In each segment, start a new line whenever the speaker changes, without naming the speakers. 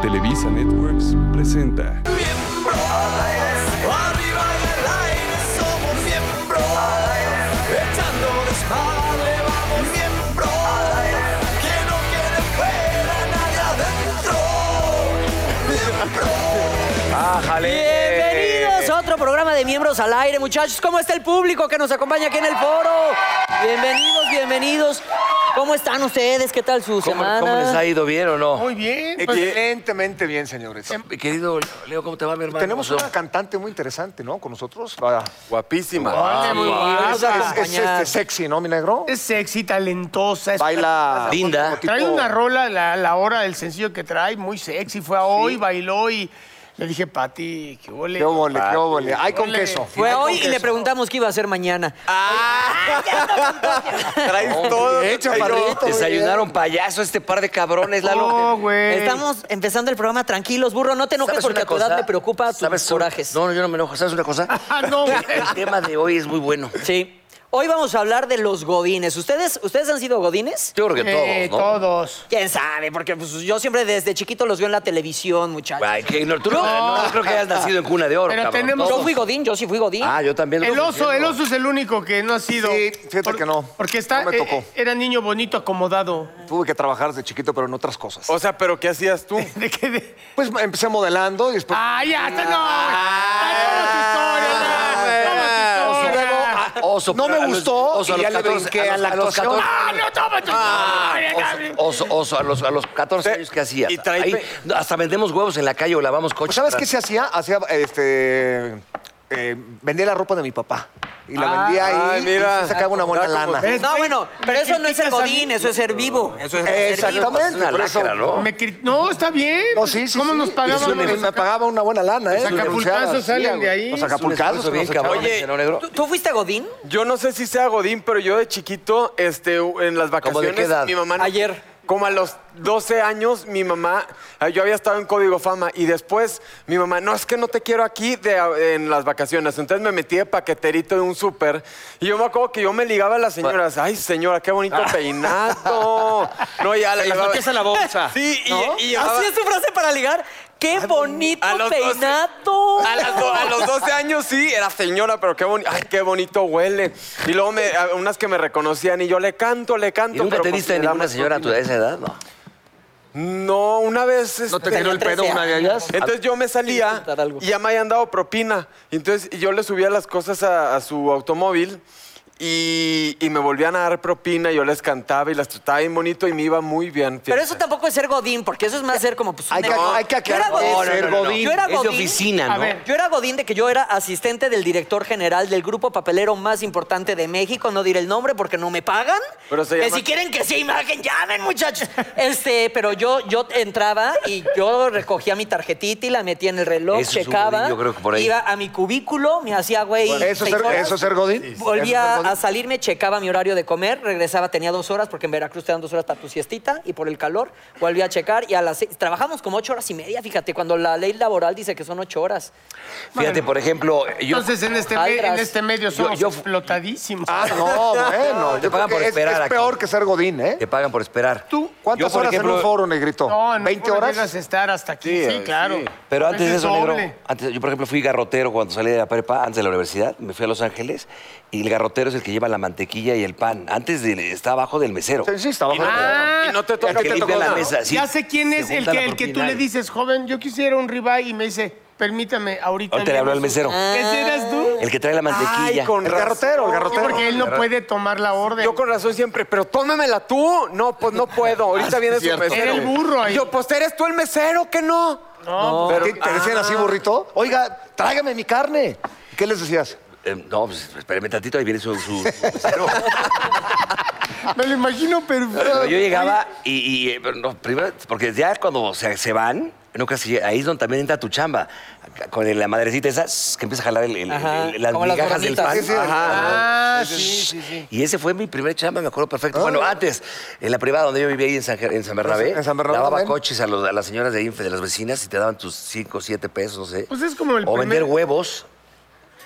Televisa Networks presenta.
Miembro al aire, arriba en el aire, somos miembro al aire, echando desmadre, vamos miembro al aire, que no quede fuera nadie adentro, miembro.
Bienvenidos a otro programa de Miembros al Aire, muchachos. ¿Cómo está el público que nos acompaña aquí en el foro? Bienvenidos, bienvenidos. ¿Cómo están ustedes? ¿Qué tal su
¿Cómo,
semana?
cómo les ha ido bien o no?
Muy bien.
pues,
Eh, que-
Excelentemente bien, señores.
Mi Querido Leo, ¿cómo te va, mi hermano?
Tenemos
No.
una cantante muy interesante, ¿no? Con nosotros. Ah,
guapísima.
Muy bien,
Ah,
es,
vamos a
es- es
acompañar.
este, sexy, ¿no, mi negro?
Es sexy, talentosa. es-
Baila.
Linda.
como tipo-
Trae una rola, la, la hora del sencillo que trae, muy sexy. Fue a hoy, bailó y le dije, Pati, qué ole.
Qué óvole, qué óvole. Ay, con
Ole.
queso.
Fue
Ay, con
hoy y
queso.
le preguntamos qué iba a hacer mañana.
Ah, Traes todo. Desayunaron payaso este par de cabrones, Lalo.
No, güey.
Estamos empezando el programa tranquilos, burro. No te enojes
¿Sabes
porque
una
a tu edad
cosa?
me preocupa tus
¿Sabes una-
corajes.
No, no, yo no me enojo. ¿Sabes una cosa?
Ah, no, güey.
El tema de hoy es muy bueno.
Sí. Hoy vamos a hablar de los godines. ¿Ustedes, ¿ustedes han sido godines?
Yo creo que
Eh,
todos, ¿no?
todos.
¿Quién sabe? Porque pues, yo siempre desde chiquito los veo en la televisión, muchachos.
Ay, que no, tú no, no creo que hayas nacido en cuna de oro,
Pero
cabrón.
tenemos-
Yo
Todos.
fui godín, yo sí fui godín.
Ah, yo también.
El
lo
oso, el
entiendo.
oso es el único que no ha sido.
Sí, fíjate que no.
Porque está,
No me
eh,
tocó.
eh, era niño bonito, acomodado.
Tuve que trabajar desde chiquito, pero en otras cosas.
O sea, pero ¿qué hacías tú?
De que de-
Pues empecé modelando y después.
¡Ah, ya! ¡Está no! ¡Ah, toma tu historia!
Luego,
¡Ah,
ah,
Oso,
no
pero a
me
los-
gustó
oso, a
y
los
ya le
14,
brinqué
a
a la
los- a los
actuación.
14.
¡Ah, no, toma tu historia!
Oso, oso, a los, a los 14
Te-
años que hacía.
y trae
Ahí,
pe-
no, hasta vendemos huevos en la calle o lavamos coches.
Pues, ¿Sabes qué se hacía? Hacía, este, eh, vendía la ropa de mi papá. Y la vendía ahí
ay, mira.
y se sacaba una buena
Ah, como-
lana.
¿Ves?
No, bueno, pero eso no es el
criticas a mí.
godín, eso es ser vivo. Eso es ser vivo.
Es
Exactamente.
pues, una
por eso-
lacra, ¿no? Pues,
Me cri- No, está bien.
No, sí, sí,
¿Cómo
sí.
nos
Es
pagaban?
un- Me, pagaba una buena lana, ¿eh?
Los acapulcazos
Denunciadas,
salen de ahí.
Los
Es un
acapulcazos.
esfuerzo
que
bien
nos echaban.
cabrón.
Oye,
¿no, negro?
¿Tú, tú fuiste godín?
Yo no sé si sea Godín, pero yo de chiquito, este, en las
¿Cómo de
vacaciones,
qué edad?
mi mamá. no-
Ayer.
Como a los 12 años, mi mamá, ah, yo había estado en Código Fama y después mi mamá, no, es que no te quiero aquí de, ah, en las vacaciones. Entonces me metí de paqueterito de un súper y yo me acuerdo que yo me ligaba a las señoras. Ay, señora, qué bonito
Ah.
peinado. No, ya la llevaba.
metías a la bolsa,
Sí, y, y llevaba-
Así es tu frase para ligar. ¡Qué bonito
a los doce-
peinado!
A, las do- a los 12 años sí, era señora, pero qué, boni- ay, qué bonito huele. Y luego me, a unas que me reconocían y yo le canto, le
¿Y
canto.
nunca
pero
te diste
consideraba
ninguna
más
señora a tu,
rutina.
a esa edad? No.
No, una vez. este,
el pedo una de ellas?
Entonces yo me
Quería
salía
contar algo.
y ya me habían dado propina. Entonces yo le subía las cosas a, a su automóvil. Y, y me volvían a dar propina, yo les cantaba y las trataba bien bonito y me iba muy bien.
Pero
fíjate.
eso tampoco es ser godín, porque eso es más ser como... Pues,
Hay
un-
que, hay que aclarar
Yo era
que
godín.
ser godín.
Yo era
Es de
godín.
oficina, ¿no?
A ver.
Yo era Godín de que yo era asistente del director general del grupo papelero más importante de México. No diré el nombre porque no me pagan.
Pero se
que
llama-
si quieren que sea imagen, llamen, muchachos. Este, pero yo, yo entraba y yo recogía mi tarjetita y la metía en el reloj,
Eso es un
checaba.
godín, yo creo que por ahí.
Iba a mi cubículo, me hacía güey.
Eso es
seis
ser,
horas.
eso es ser Godín.
Volvía a salirme, checaba mi horario de comer, regresaba, tenía dos horas, porque en Veracruz te dan dos horas para tu siestita y por el calor. Volví a checar y a las seis. Trabajamos como ocho horas y media, fíjate, cuando la ley laboral dice que son ocho horas.
Fíjate, por ejemplo, yo.
Entonces en este, me-
Algas.
en este medio
Yo-
somos
yo-
explotadísimos.
Ah, no, bueno.
Te
yo creo
pagan
que
por
es-
esperar
Es,
aquí.
peor que ser Godín, ¿eh?
Te pagan por esperar.
¿Tú?
¿Cuántas
Yo, por
horas en un
ejemplo-
foro, negrito?
No, en
¿20
un foro
horas?
llegas a estar hasta aquí, sí, claro.
Pero antes de
Ese es
eso, negro,
doble.
antes, yo por ejemplo fui garrotero cuando salí de la prepa, antes de la universidad, me fui a Los Ángeles y el garrotero es el que lleva la mantequilla y el pan. Antes de, está abajo del mesero.
Sí, sí, estaba
Ah,
Y no te toca
el que
te
limpia
tocó
la
nada.
mesa. sí.
ya sé quién
Se
es el
junta
que,
la
el que tú
propina.
le dices, joven, yo quisiera un ribeye y me dice, permítame, ahorita.
Ahorita le hablo al
viene su-".
mesero.
Ah.
¿Ese eras tú?
El que trae la mantequilla.
Ay, con
El garrotero, el
Sí,
garrotero.
porque él no puede tomar la orden.
Yo con razón siempre, pero tómamela tú. No, pues no puedo.
Ah,
Ahorita viene su mesero.
Era el burro ahí.
Yo, pues eres tú el mesero, que no.
No, pues, ah.
¿Te- ¿Te decían así, burrito? Oiga, tráigame mi carne. ¿Qué les decías?
Eh, no, pues espérame tantito, ahí viene su, su- su mesero.
me lo imagino
Pero
perfecto.
yo llegaba y, y, eh, pero no, primero, porque ya cuando se, se van, nunca se- ahí es donde también entra tu chamba. Acá, Con el- la madrecita esa ss, que empieza a jalar el- el-
Ajá,
el- las
como las
migajas del pan.
gorditas. Sí, sí.
Ah, sí, sí, sí. Ah.
Y ese fue mi primer chamba, me acuerdo perfecto. Bueno, antes, en la privada donde yo vivía ahí en San, Ger- en San Bernabé,
En San Bernabé
lavaba
también.
coches a, los- a las señoras de ahí, de las vecinas, y te daban tus 5 o 7 pesos, no sé.
Pues es como el
O vender
primer-
huevos.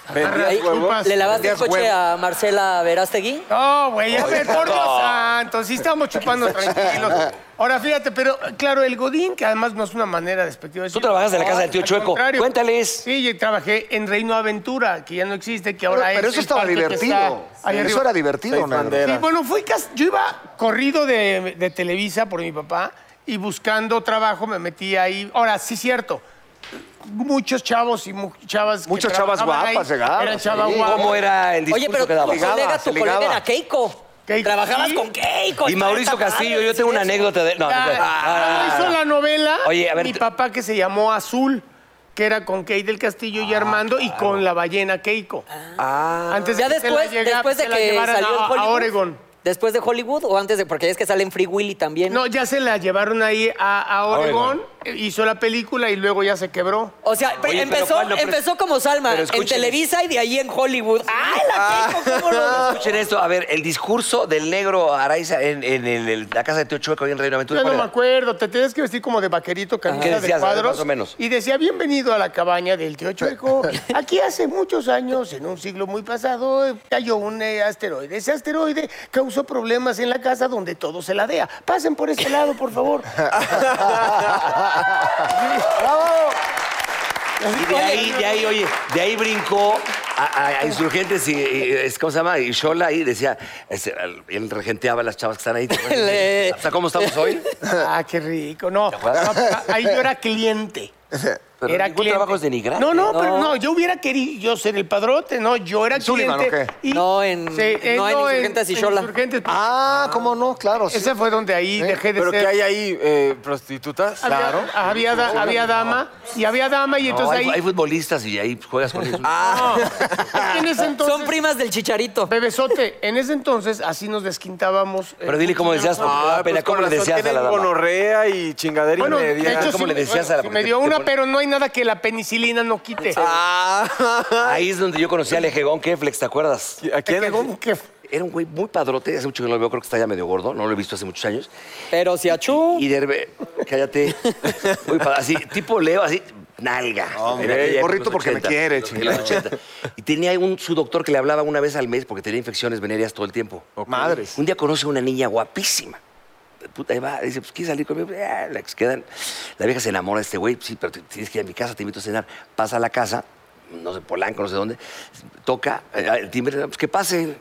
Vendías
Ahí,
huevos.
¿Le lavaste el
Vendías
coche
huevos.
a Marcela Verástegui?
No, güey, a ver, por Dios santo, sí estamos chupando tranquilos. Ahora, fíjate, pero claro, el Godín, que además no es una manera despectiva. de
Tú
decirlo.
trabajas en la casa del tío
Al
Chueco.
contrario.
Cuéntales.
Sí, yo trabajé en Reino Aventura, que ya no existe, que
Pero,
ahora es
pero eso
el
estaba
parque que
divertido.
está ahí
Eso
arriba.
era divertido,
Seis
negro.
banderas.
Sí, bueno, fui cas- yo iba corrido de, de Televisa por mi papá y buscando trabajo me metí ahí. Ahora, sí cierto. Muchos chavos y mu- chavas que
Muchas chavas
trabajaban ahí
guapas llegaban,
Eran chavas
sí.
guapas.
¿Cómo era el discurso
Oye, pero
que
tu
dabas?
colega, tu
se ligaba.
colega era Keiko.
Keiko,
Trabajabas
sí.
con Keiko.
Y Mauricio
tanta
Castillo,
madre,
yo
sí,
tengo una
eso.
anécdota de. No, no,
Ya,
no. Ah,
cuando hizo la novela
Oye, a ver,
mi
te-
papá que se llamó Azul, que era con Kate del Castillo
Ah,
y Armando y con la ballena Keiko. Ah. Antes
Ya
que se la
después,
llega-
después de
se la
que
llevaran
salió en
a-
Hollywood.
a Oregon.
Después de Hollywood o antes de. Porque es que sale en Free Willy también.
No, ya se la llevaron ahí a, a Oregon, eh, hizo la película y luego ya se quebró.
O sea, pre-
Oye, pero
empezó,
¿cuál no pre-
empezó como Salma,
Pero
en
escuchen-
Televisa y de ahí en Hollywood. ¡Ay, la Keiko! ¿Cómo lo
Escuchen esto, a ver, el discurso del negro Araiza en, en el- el- la casa de Tío Chueco ahí en Reino Aventura.
Yo no
¿cuál
me
era?
acuerdo, te tenías que vestir como de vaquerito,
¿Qué
camisa
decías?
de cuadros.
Más o menos.
Y decía, bienvenido a la cabaña del tío Chueco. Aquí hace muchos años, en un siglo muy pasado, eh, cayó un eh, asteroide. Ese asteroide causó problemas en la casa donde todo se ladea. Pasen por este lado, por favor.
Y de ahí, de ahí, oye, de ahí brincó a, a- a Insurgentes y, y- es- ¿cómo se llama? Y Shola ahí decía, este, al- él regenteaba a las chavas que están ahí. ¿te acuerdas?
Le-
O sea, ¿cómo estamos hoy?
ah, qué rico. No, no, ahí yo era cliente.
Pero ningún trabajo es denigrante.
No, no,
No.
pero no, yo hubiera querido yo ser el padrote, no, yo era
Sullivan,
cliente.
¿o
y-
No, en- no, en Insurgentes y
en
Xola.
Insurgentes, pues,
Ah, cómo no, claro. sí.
Ese fue donde ahí
Eh,
dejé de
¿Pero
ser.
qué hay ahí? eh, ¿Prostitutas?
Había- Había, da- había dama y había dama y
No,
entonces
hay,
ahí. Ah,
hay futbolistas y ahí juegas con ellos.
En ese
hizo? Son
entonces.
primas del chicharito.
Bebesote, en ese entonces así nos desquintábamos. eh,
Pero dile cómo decías, porque me
Ah,
da pena,
pues
¿cómo
con
le
razón
decías a la
tienen
dama?
gonorrea y chingadera
Bueno,
y
de
media.
hecho,
¿Cómo
sí,
le decías a la-
sí
porque
me dio
te
una,
pone-
pero no hay nada que la penicilina no quite.
Ah,
Ahí es donde yo conocí a Lejegón Keflex, ¿te acuerdas?
¿A
Te
quién?
quedó- que-
Era un güey muy padrote, hace mucho que no lo veo, creo que está ya medio gordo, no lo he visto hace muchos años.
Pero si achú.
Y Derbe, cállate. Muy padre, así, tipo Leo, así, nalga.
Hombre,
En aquella época,
gorrito
los
porque me quiere,
en los
chingada.
80. Y tenía un, su doctor que le hablaba una vez al mes porque tenía infecciones venéreas todo el tiempo.
Madres.
Un día conoce a una niña guapísima. Puta, ahí va, dice, pues, ¿quieres salir conmigo? Ah, la que se quedan. La vieja se enamora de este güey, sí, pero te- tienes que ir a mi casa, te invito a cenar. Pasa a la casa, no sé, Polanco, no sé dónde, toca, eh, el timbre, pues que pase.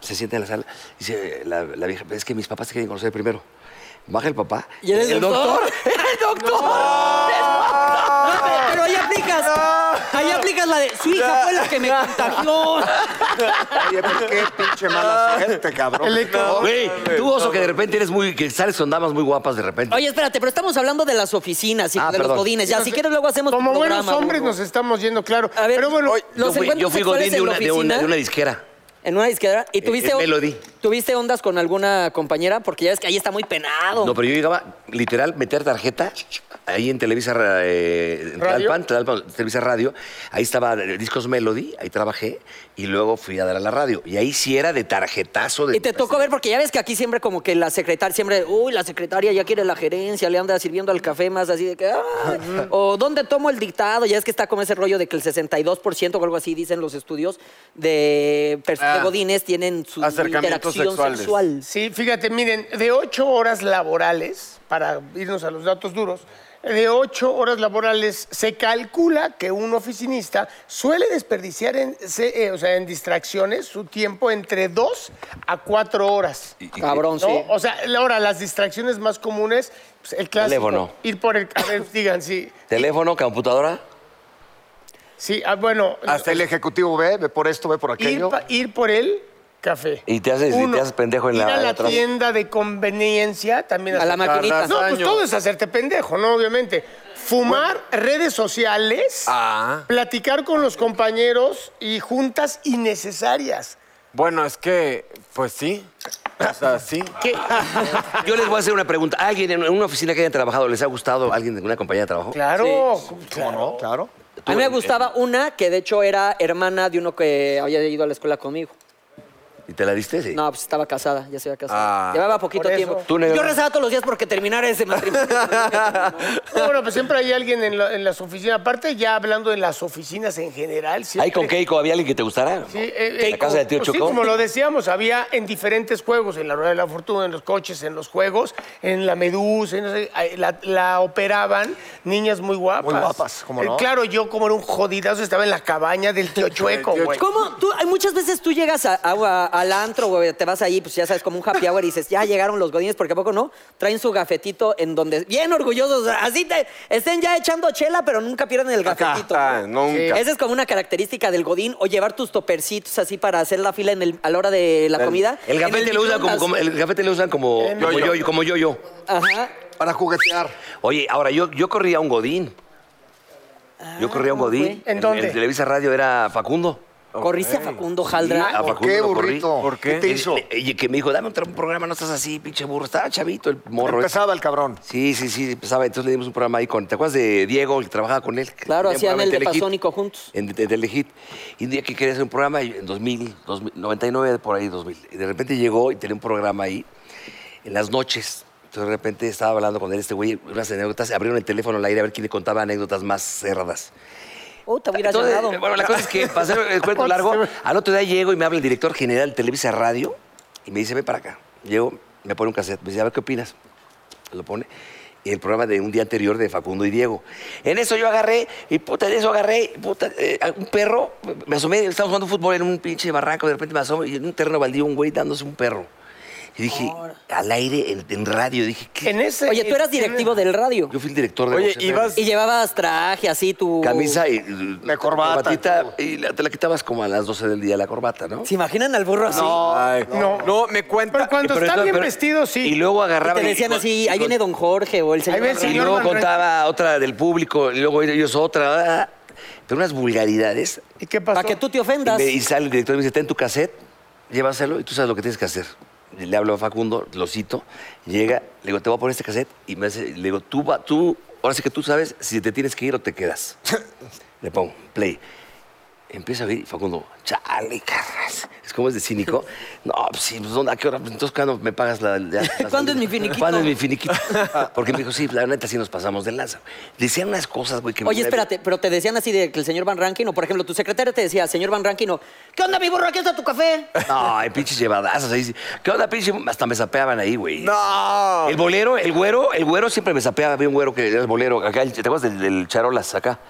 Se sienta en la sala, dice la, la vieja, es que mis papás te quieren conocer primero. Baja el papá.
¿Y eres
el doctor?
¡Era el doctor! No, pero- pero ahí aplicas. Ahí aplicas la de. Su hija fue la que me contagió.
Oye, pues qué pinche mala
Ah.
suerte, cabrón.
Güey, tú oso que de repente eres muy, que sales con damas muy guapas de repente.
Oye, espérate, pero estamos hablando de las oficinas y
Ah,
de
perdón.
los godines. Ya, si quieres, luego hacemos
Como
un programa.
buenos hombres
Hugo.
nos estamos yendo, claro.
A ver,
pero bueno,
hoy-
yo
los
fui,
encuentros
yo fui
sexuales
godín de
en la
una, de, una,
oficina.
de una disquera.
En una disquera. ¿Y
En-
tuviste,
en Melody.
tuviste ondas con alguna compañera? Porque ya es que ahí está muy penado.
No, pero yo llegaba, literal, meter tarjeta ahí en Televisa, eh, en
¿Radio?
Tlalpan, Tlalpan, Televisa Radio. Ahí estaba eh, Discos Melody, ahí trabajé y luego fui a dar a la radio. Y ahí sí era de tarjetazo.
Pues,
De,
Y te tocó ver, porque ya ves que aquí siempre como que la secretaria, siempre, uy, la secretaria ya quiere la gerencia, le anda sirviendo al café más así de que, "Ay". o ¿dónde tomo el dictado? Ya es que está como ese rollo de que el 62% o algo así dicen los estudios de, pers- de
Ah.
godines tienen su
Acercamientos
interacción
sexuales.
sexual.
Sí, fíjate, miren, de ocho horas laborales, para irnos a los datos duros, de ocho horas laborales se calcula que un oficinista suele desperdiciar en, se- eh, o sea, en distracciones su tiempo entre dos a cuatro horas.
Cabrón, sí.
¿no? O sea, ahora, las distracciones más comunes, pues, el clásico.
Teléfono.
Ir por el... A ver, digan, sí.
Teléfono, computadora.
Sí, ah, bueno,
Hasta el ejecutivo ve, ve por esto, ve por
ir,
aquello.
pa- ir por el café.
Y te haces- y te haces pendejo en
ir
la-
a la
atrás.
tienda de conveniencia también.
A la
hacer-
maquinita.
No, pues
Años.
todo es hacerte pendejo, ¿no? Obviamente. Fumar, redes sociales,
Ah.
platicar con los compañeros y juntas innecesarias.
Bueno, es que, pues sí. O sea, sí.
Yo les voy a hacer una pregunta. ¿Alguien en una oficina que hayan trabajado les ha gustado? ¿Alguien de una compañía de trabajo?
Claro.
¿Cómo no? Claro.
A mí me gustaba una que de hecho era hermana de uno que había ido a la escuela conmigo.
¿Y te la diste? Sí.
No, pues estaba casada, ya se había casado.
Ah.
Llevaba poquito
Por eso.
tiempo.
Tú, negro.
Yo rezaba todos los días porque terminara ese matrimonio.
No, bueno, pues siempre hay alguien en, la- en las oficinas. Aparte, ya hablando de las oficinas en general. siempre-
¿Ahí con Keiko había alguien que te gustara?
Sí, eh, eh,
¿La casa de tío
pues sí,
Chocó?
como lo decíamos, había en diferentes juegos, en la Rueda de la Fortuna, en los coches, en los juegos, en la Medusa, en no sé, eh, la, la operaban niñas muy guapas.
Muy guapas, ¿cómo
Eh,
no?
claro, yo como era un jodidazo estaba en la cabaña del tío Chueco, güey.
¿Cómo? Tú, hay muchas veces tú llegas a- a- a- al antro, güey, te vas ahí, pues ya sabes, como un happy hour y dices, ya llegaron los godines, porque a poco no, traen su gafetito en donde, bien orgullosos, así te, estén ya echando chela, pero nunca pierden el gafetito.
Ah,
güey.
nunca.
Esa es como una característica del godín, o llevar tus topercitos así para hacer la fila en el- a la hora de la comida.
El
En
gafete lo usan como,
microondas.
como- el gafete lo usan como, como yo,
yo-yo.
como yo, yo.
Ajá.
Para juguetear.
Oye, ahora yo, yo corría un Godín. Yo corría un
Ah, ¿cómo fue?
Godín.
¿En dónde?
En Televisa Radio era Facundo.
Corriste a Facundo Jaldra.
Ah,
A
¿Por qué,
lo corrí.
burrito?
¿Por qué?
te hizo?
Eh, eh, que me dijo, dame otro programa, no estás así, pinche burro. Estaba chavito el morro. ese.
Empezaba el cabrón.
Sí, sí, sí, empezaba. Entonces le dimos un programa ahí con. ¿Te acuerdas de Diego, el que trabajaba con él? Que
Claro, hacían
tenía un programa en
el de
Telehit.
Pasónico juntos.
En, en Telehit. Y un día que quería hacer un programa, y en 2000, 2000, 99, por ahí, 2000. Y de repente llegó y tenía un programa ahí, en las noches. Entonces de repente estaba hablando con él, este güey, unas anécdotas. Abrieron el teléfono al aire a ver quién le contaba anécdotas más cerradas.
Oh, te hubieras
Entonces,
llamado.
Bueno, la cosa es que, para hacer el cuento largo, al otro día llego y me habla el director general de Televisa Radio y me dice, ve para acá. Llego, me pone un cassette, me dice, a ver qué opinas. Lo pone. Y el programa de un día anterior de Facundo y Diego. En eso yo agarré, y puta, en eso agarré, y puta, eh, a un perro, me asomé, estábamos jugando fútbol en un pinche barranco, de repente me asomo y en un terreno baldío un güey dándose un perro. Y dije, al aire, en, en radio, dije, ¿qué?
En e- ese,
Oye, tú eras directivo del radio.
Yo fui el director de
Oye,
Voz en Radio.
ibas.
Y llevabas traje así, tu...
camisa y
La corbata,
corbatita,
todo.
y la- te la quitabas como a las 12 del día la corbata, ¿no?
¿Se imaginan al burro así?
Ay,
no.
no. me cuenta.
Pero cuando
Pero
está
entonces-
bien
pero-
vestido, sí.
Y luego
Y
agarraba
te decían así, ahí viene don Jorge o el señor.
viene el
y
señor.
luego
Norman
contaba otra del público, y luego ellos otra, ah, pero unas vulgaridades.
¿Y qué pasó?
Para que tú te
Y,
ofendas.
me- y sale el director y me dice, ten tu cassette, llévaselo y tú sabes lo que tienes que hacer. Y le hablo a Facundo, lo cito, llega, le digo, te voy a poner este cassette y me hace, le digo, tú, va, tú, ahora sí que tú sabes si te tienes que ir o te quedas. le pongo, play. Empieza a oír y Facundo, chale, carras. Es como es de cínico. No, pues sí, pues, ¿dónde, ¿a qué hora? Pues, Entonces, ¿cuándo me pagas la... la- la
¿Cuándo es
salida?
mi finiquito?
¿Cuándo es mi finiquito? Porque me dijo, sí, la neta sí nos pasamos de lanza. Decían unas cosas, güey, que... me-
Oye, espérate, pero te decían así de que el señor Van Rankin, o por ejemplo, tu secretaria te decía, señor Van Rankin, o, ¿qué onda, mi burro? Aquí está tu café.
No, hay pinches llevadazos. Ahí. sí. ¿Qué onda, pinche? Hasta me sapeaban ahí, güey.
No.
El bolero, el güero, el güero siempre me sapeaba. Había un güero que era el bolero. Acá, el- ¿Te acuerdas del, del Charolas acá?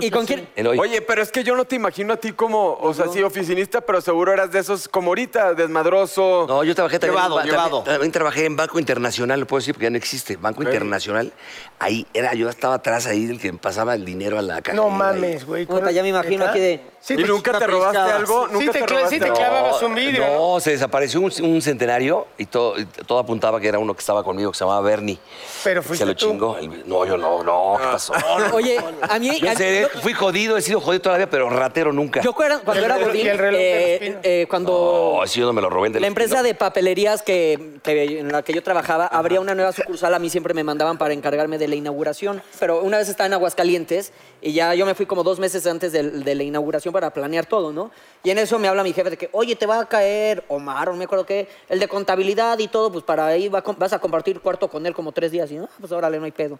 ¿Y con quién?
El hoy.
Oye, pero es que yo no te imagino a ti como, o sea, sí, oficinista, pero seguro eras de esos como ahorita, desmadroso.
No, yo trabajé también.
Llevado,
en ba- también-
llevado.
También, trabajé en Banco Internacional, lo puedo decir porque ya no existe. Banco Internacional, ahí era, yo estaba atrás ahí del que pasaba el dinero a la caja.
No mames, güey.
Puta, ya me imagino
¿Neta?
aquí de-
Sí,
¿Y
te-
nunca te robaste
pescada.
algo?
Sí,
¿Nunca
te
te
cla- sí
robaste
te
algo?
clavabas un vidrio.
No, se desapareció un, un centenario y todo, y todo apuntaba que era uno que estaba conmigo, que se llamaba Bernie.
Pero
Se
fuiste
lo
tú. Ah.
chingó. El- no, yo no, no, ¿qué pasó?
Oye, a mí...
Yo
a-
seré-
yo-
fui jodido, he sido jodido todavía, pero ratero nunca.
yo cuando era- cuando
Y el
era
reloj- y
Godín,
el reloj de
eh,
los pinos.
eh, cuando
No, si Oh, yo no me lo robé.
la empresa de papelerías que, que- en la que yo trabajaba abría una nueva sucursal. A mí siempre me mandaban para encargarme de la inauguración. Pero una vez estaba en Aguascalientes y ya yo me fui como dos meses antes del- de, la inauguración para planear todo, ¿no? Y en eso me habla mi jefe de que, oye, te va a caer Omar, o no me acuerdo qué, el de contabilidad y todo, pues para ahí va a com- vas a compartir cuarto con él como tres días. Y no, pues órale, no hay pedo.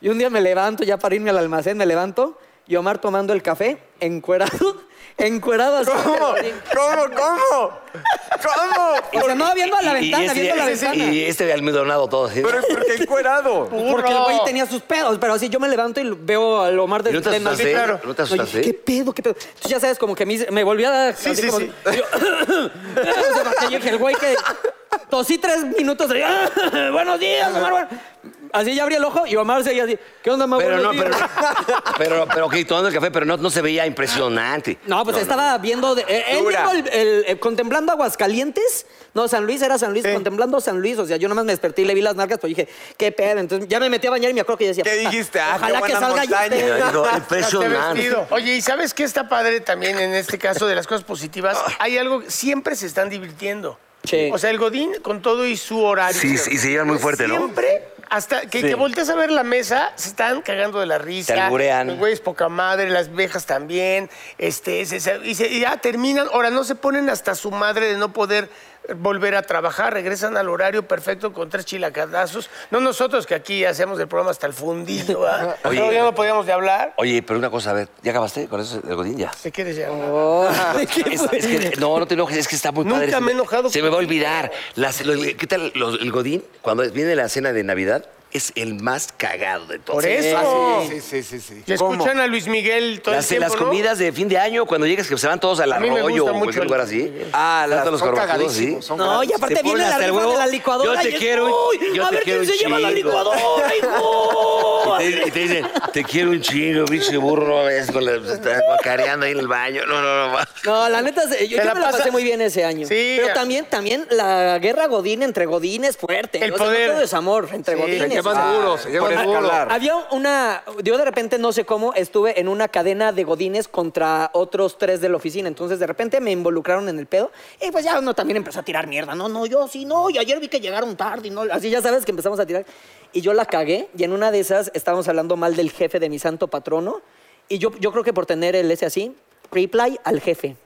Y un día me levanto, ya para irme al almacén, me levanto y Omar tomando el café, encuerado, encuerado así.
¿Cómo? ¿Cómo? ¿Cómo? ¿Cómo?
O sea, no, viendo a la ventana, viendo a la ventana.
Y este almidonado todo. así.
Pero ¿por qué encuerado?
Porque el
Burro.
güey tenía sus pedos, pero así yo me levanto y lo- veo a Omar de,
¿Y no te
de
asustaste?
nalgas.
claro. ¿No te asustaste?
Oye, ¿Qué pedo? ¿Qué pedo? Entonces ya sabes, como que me, hice- me volví a.
Sí,
así
sí,
como-
sí.
yo- Entonces, bajé y dije, el güey que. Tosí tres minutos. así, Buenos días, Omar. bueno". Así ya abrí el ojo y Omar seguía así. ¿Qué onda, Omar?
Pero no,
Buenos días".
pero, pero, pero, ok, tomando el café, pero no, no se veía impresionante.
No, pues estaba viendo, de- eh, él
Dura.
viendo el, el- eh, contemplando Aguascalientes, no, San Luis era San Luis, contemplando San Luis, o sea, yo nomás me desperté y le vi las narcas, pues dije, qué pedo, entonces ya me metí a bañar y me acuerdo que yo decía,
¿Qué
"Puta,
dijiste? Ah, qué
ojalá que
buena
salga ya
montaña".
este-
Eh, Digo,
Ya te he
impresionante.
vestido. Oye, ¿y sabes qué está padre también en este caso de las cosas positivas? Hay algo, siempre se están divirtiendo.
Sí.
O sea, el Godín con todo y su horario.
Sí, sí, se llevan muy fuerte, ¿no?
Siempre Hasta que,
Sí.
que volteas a ver la mesa, se están cagando de la risa.
Te alburean.
Los güeyes poca madre, las viejas también. Este, se- se- y, se- y ya terminan. Ahora no se ponen hasta su madre de no poder volver a trabajar. Regresan al horario perfecto con tres chilacadazos. No nosotros que aquí hacemos el programa hasta el fundillo. ¿verdad?
Oye.
Luego ya no podíamos de hablar.
Oye, pero una cosa, a ver, ¿ya acabaste con eso del Godín? Ya.
¿Te quieres ya?
Es- es que- no, no te enojes, es que está muy
Nunca
padre. Se
me he enojado
Se me va a olvidar. Las- los- ¿Qué tal los- el Godín? Cuando viene la cena de Navidad, es el más cagado de todos.
Por eso.
Sí, sí, sí, sí.
Y
¿Cómo?
escuchan a Luis Miguel todo
Las,
el tiempo,
las
¿no?
comidas de fin de año, cuando llegas, que se van todos al
A mí me
arroyo
gusta
o en
mucho
cualquier
el-
lugar así. Ah, las, los
son
corrocudos, sí.
cagadísimos, son
No, y
Te
aparte viene
ponen
la
hasta el
rifa de
huevo.
la licuadora.
Yo te
y es,
quiero,
"Uy,
yo
a
te
ver
quiero
quién se
un
lleva la
chingo".
licuadora, hijo.
Y te- y te dicen, te quiero un chingo, pinche burro, no ves, con la, se está guacareando ahí en el baño. No, no, no.
No, la neta, se- yo,
Te
yo
la
me la pasé
pasas-
muy bien ese año.
Sí.
Pero también, también la guerra Godín entre Godín es fuerte.
El
O sea, no
poder.
todo es amor entre
Sí,
Godines.
Se llevan
Ah.
duro, se llevan
por
duro.
escalar.
Había una, yo de repente no sé cómo, estuve en una cadena de godines contra otros tres de la oficina, entonces de repente me involucraron en el pedo y pues ya uno también empezó a tirar mierda, no, no, yo sí, no, y ayer vi que llegaron tarde, y no, así ya sabes que empezamos a tirar y yo la cagué y en una de esas estábamos hablando mal del jefe de mi santo patrono y yo, yo creo que por tener el ese así, reply al jefe.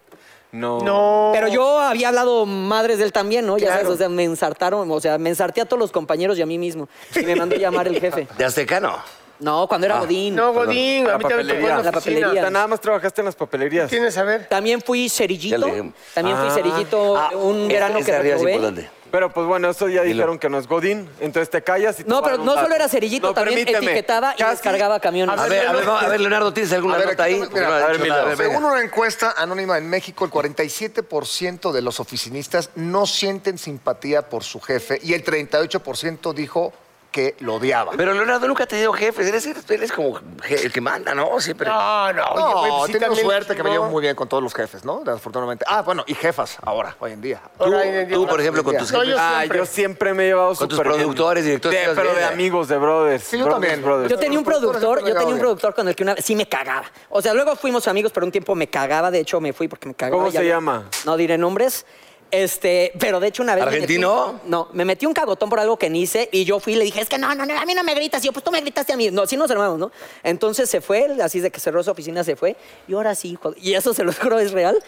No.
No.
Pero yo había hablado madres de él también, ¿no? Ya
Claro.
sabes, o sea, me ensartaron, o sea, me ensarté a todos los compañeros y a mí mismo. Y me mandó llamar el jefe.
De Azteca no.
No, cuando era Godín.
Ah. No, Godín, a
La
mí también me tocó en
papelería.
la
La
oficina.
papelería.
Nada más trabajaste en las papelerías.
¿Tienes a ver?
También fui cerillito.
Ya le dijimos.
También fui
Ah.
cerillito
Ah,
un
este-
verano
este
que
arriba es
reprobé.
importante.
Pero pues bueno, eso ya dijeron que no es Godín, entonces te callas y te
No,
pagan
pero
un
no
dato.
solo era cerillito,
No,
también
permíteme.
etiquetaba y
Casi-
descargaba camiones.
A ver, a ver, vamos- a ver, Leonardo, ¿tienes alguna nota
aquí
ahí?
tengo-
Porque
mira,
no has
a ver,
dicho
Milo,
nada, venga.
Según una encuesta anónima en México, el 47% de los oficinistas no sienten simpatía por su jefe y el 38% dijo que lo odiaba.
Pero Leonardo nunca te dio jefes, eres, eres como je- el que manda, ¿no? Siempre.
No, no, oye,
No,
güey, pues sí,
he tenido
también-
suerte que me
no.
llevo muy bien con todos los jefes, ¿no? Afortunadamente. Ah, bueno, y jefas ahora, hoy en día.
Tú,
Ahora, en-
tú, por ejemplo, con tus
No,
jefes.
yo
Ah,
siempre.
yo siempre me he llevado
Con tus
súper bien.
productores, directores,
De-
te vas
pero de
bien, eh.
amigos, de brothers.
Sí, yo
brothers,
también.
brothers.
Yo tenía un
Los productores
productor,
siempre
yo tenía
me
un
llevaba
productor con el que una vez sí me cagaba. O sea, luego fuimos amigos, pero un tiempo me cagaba, de hecho me fui porque me cagaba.
¿Cómo
ya
se
no-
llama?
No diré nombres. Este, pero de hecho una vez... me metí un-
¿Argentino?
no, me metí un cagotón por algo que ni hice y yo fui y le dije, es que no, no, no, a mí no me gritas. Y yo, pues tú me gritaste a mí. No, sí nos armamos, ¿no? Entonces se fue, él, así de que cerró su oficina, se fue. Y ahora sí, hijo, y eso se lo juro, es real.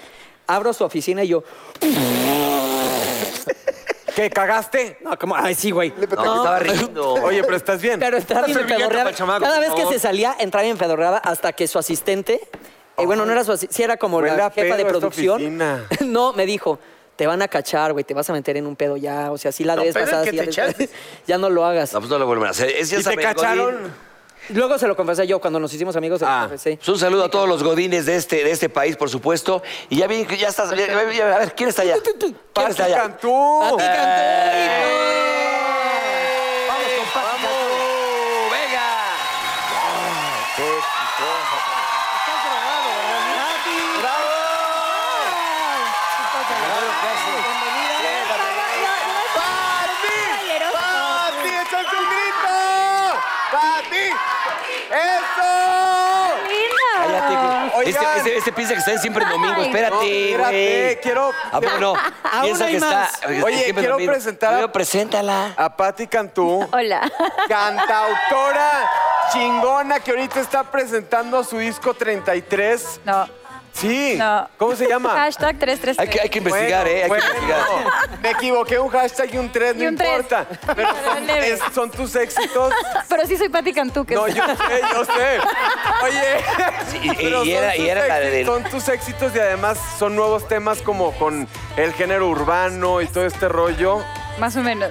Abro su oficina y yo,
¿Qué, cagaste?
no, como, ay, sí, güey.
No, estaba riendo.
Oye, pero estás bien.
Pero estaba bien
para
pedorreaba.
el chamaco,
Cada
por
vez que
favor.
se salía, entraba bien pedorreaba hasta que su asistente, eh, bueno, no era su asistente, sí era como
Huele
la
a
jefa de
pedo esta
producción.
oficina.
no, me dijo, te van a cachar, güey, te vas a meter en un pedo ya, o sea, sí la
No,
debes
pero el
pasar,
que
sí la
te
debes-
echaste.
ya no lo hagas.
No, pues no lo vuelven a hacer. Es, ya
¿Y te
saben,
cacharon?
Godín.
Luego se lo confesé yo cuando nos hicimos amigos. se lo
Ah,
confesé.
Pues un saludo a todos los godines de este, de este país, por supuesto. Y ya vi que ya estás. ya- ya- ya- a ver, ¿quién está allá? ¿Quién está allá?
Cantú.
¡A ti, Cantú, hijo!
Eh. Vamos con Pati Cantú. Venga.
¡Pati, échate un grito! ¡Pati! ¡Eso!
Cállate, güey. Este,
Oigan.
este- este piensa que están siempre en domingo. Espérate,
No,
güey.
espérate, quiero...
¿A poco no? Piensa
hay
que está.
más.
que
Oye,
siempre en
quiero
domingo.
presentar a-
Pero preséntala.
A Patti Cantú.
Hola.
Cantautora chingona que ahorita está presentando su disco 33.
No,
Sí.
no.
¿Cómo se
Ah.
llama?
Hashtag 333.
Hay que, hay que investigar,
Bueno,
¿eh? Hay
bueno.
que investigar.
Me equivoqué, un hashtag y un 3,
Y
no
un tres.
importa. Pero son,
Leve.
es- son tus éxitos.
Pero sí soy Pati Cantú, que
No,
es-
yo sé, yo sé. Oye.
Sí, y- y-
pero
y
son
era- y
tus
era la
éxi-
del-
Son tus éxitos y además son nuevos temas como con el género urbano y todo este rollo.
más o menos.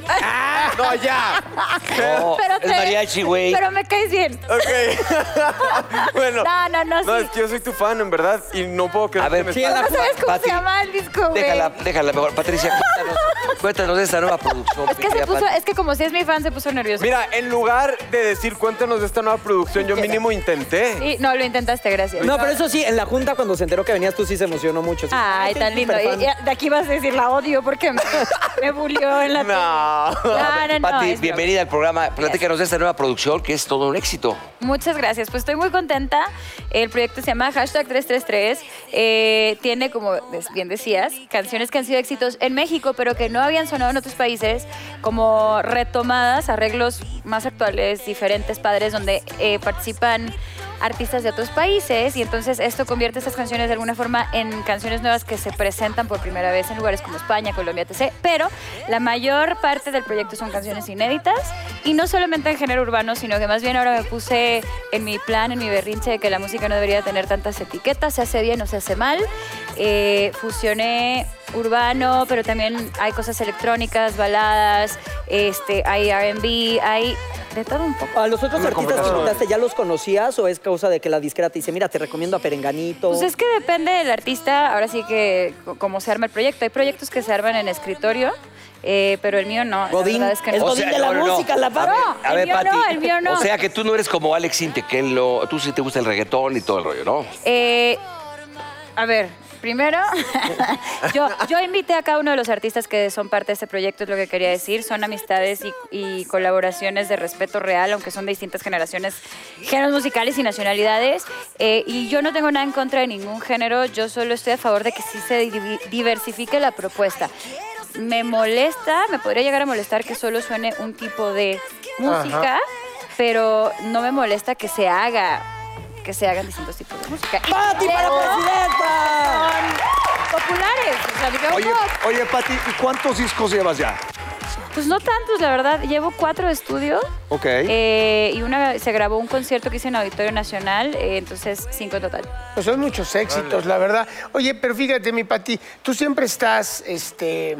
No, ya.
Ah, No, es mariachi, güey.
Pero me caes bien.
Ok. bueno.
No, no, no,
No,
sí.
es que yo soy tu fan, en verdad, y no puedo creer
A ver,
que me
sí,
estás-
No sabes cómo
Pati,
se llama el disco, güey.
Déjala, déjala mejor. Patricia, cuéntanos, cuéntanos de esta nueva producción.
Es que
querida
se puso,
Pati.
es que como si es mi fan, se puso nervioso.
Mira, en lugar de decir cuéntanos de esta nueva producción, yo mínimo intenté.
Sí, no, lo intentaste, gracias.
No, pero eso sí, en la junta cuando se enteró que venías tú sí se emocionó mucho. sí.
Ay, tan lindo. Y- y de aquí vas a decir la odio porque me, me bulió en la.
No.
No, no, no.
Pati,
es broma.
bienvenida al programa. Platícanos de esta nueva producción que es todo un éxito.
Muchas gracias. Pues estoy muy contenta. El proyecto se llama Hashtag 333. Eh, tiene, como des- bien decías, canciones que han sido éxitos en México, pero que no habían sonado en otros países, como retomadas, arreglos más actuales, diferentes padres, donde eh, participan artistas de otros países y entonces esto convierte estas canciones de alguna forma en canciones nuevas que se presentan por primera vez en lugares como España, Colombia, etc. Pero la mayor parte del proyecto son canciones inéditas y no solamente en género urbano, sino que más bien ahora me puse en mi plan, en mi berrinche de que la música no debería tener tantas etiquetas, se hace bien o se hace mal. Eh, fusioné urbano, pero también hay cosas electrónicas, baladas, este, hay RB, hay de todo un poco.
A los otros artistas que invitaste, ¿ya los conocías o es causa de que la discreta te dice, mira, te recomiendo a Perenganito?
Pues es que depende del artista, ahora sí que co- cómo se arma el proyecto. Hay proyectos que se arman en escritorio, eh, pero el mío no. la
Godín,
verdad es que
es
no.
Godín de la
no, no.
música, la
ver,
barra.
Eh,
El mío no, el mío no.
O sea que tú no eres como Alex Sinte, que él lo, tú sí te gusta el reggaetón y todo el rollo, ¿no?
Eh, a ver, primero, yo, yo invité a cada uno de los artistas que son parte de este proyecto, es lo que quería decir. Son amistades y, y colaboraciones de respeto real, aunque son de distintas generaciones, géneros musicales y nacionalidades. Eh, y yo no tengo nada en contra de ningún género, yo solo estoy a favor de que sí se di- diversifique la propuesta. Me molesta, me podría llegar a molestar que solo suene un tipo de música, pero no me molesta que se haga que se hagan distintos tipos de música. Y
¡Pati para
creo
presidenta!
son populares. O sea, digamos,
Oye, oye, Pati, ¿y cuántos discos llevas ya?
pues no tantos, la verdad. Llevo cuatro de estudio.
Ok.
Eh, y una se grabó un concierto que hice en Auditorio Nacional, eh, entonces cinco en total.
Pues son muchos éxitos, la verdad. Oye, pero fíjate, mi Pati, tú siempre estás, este,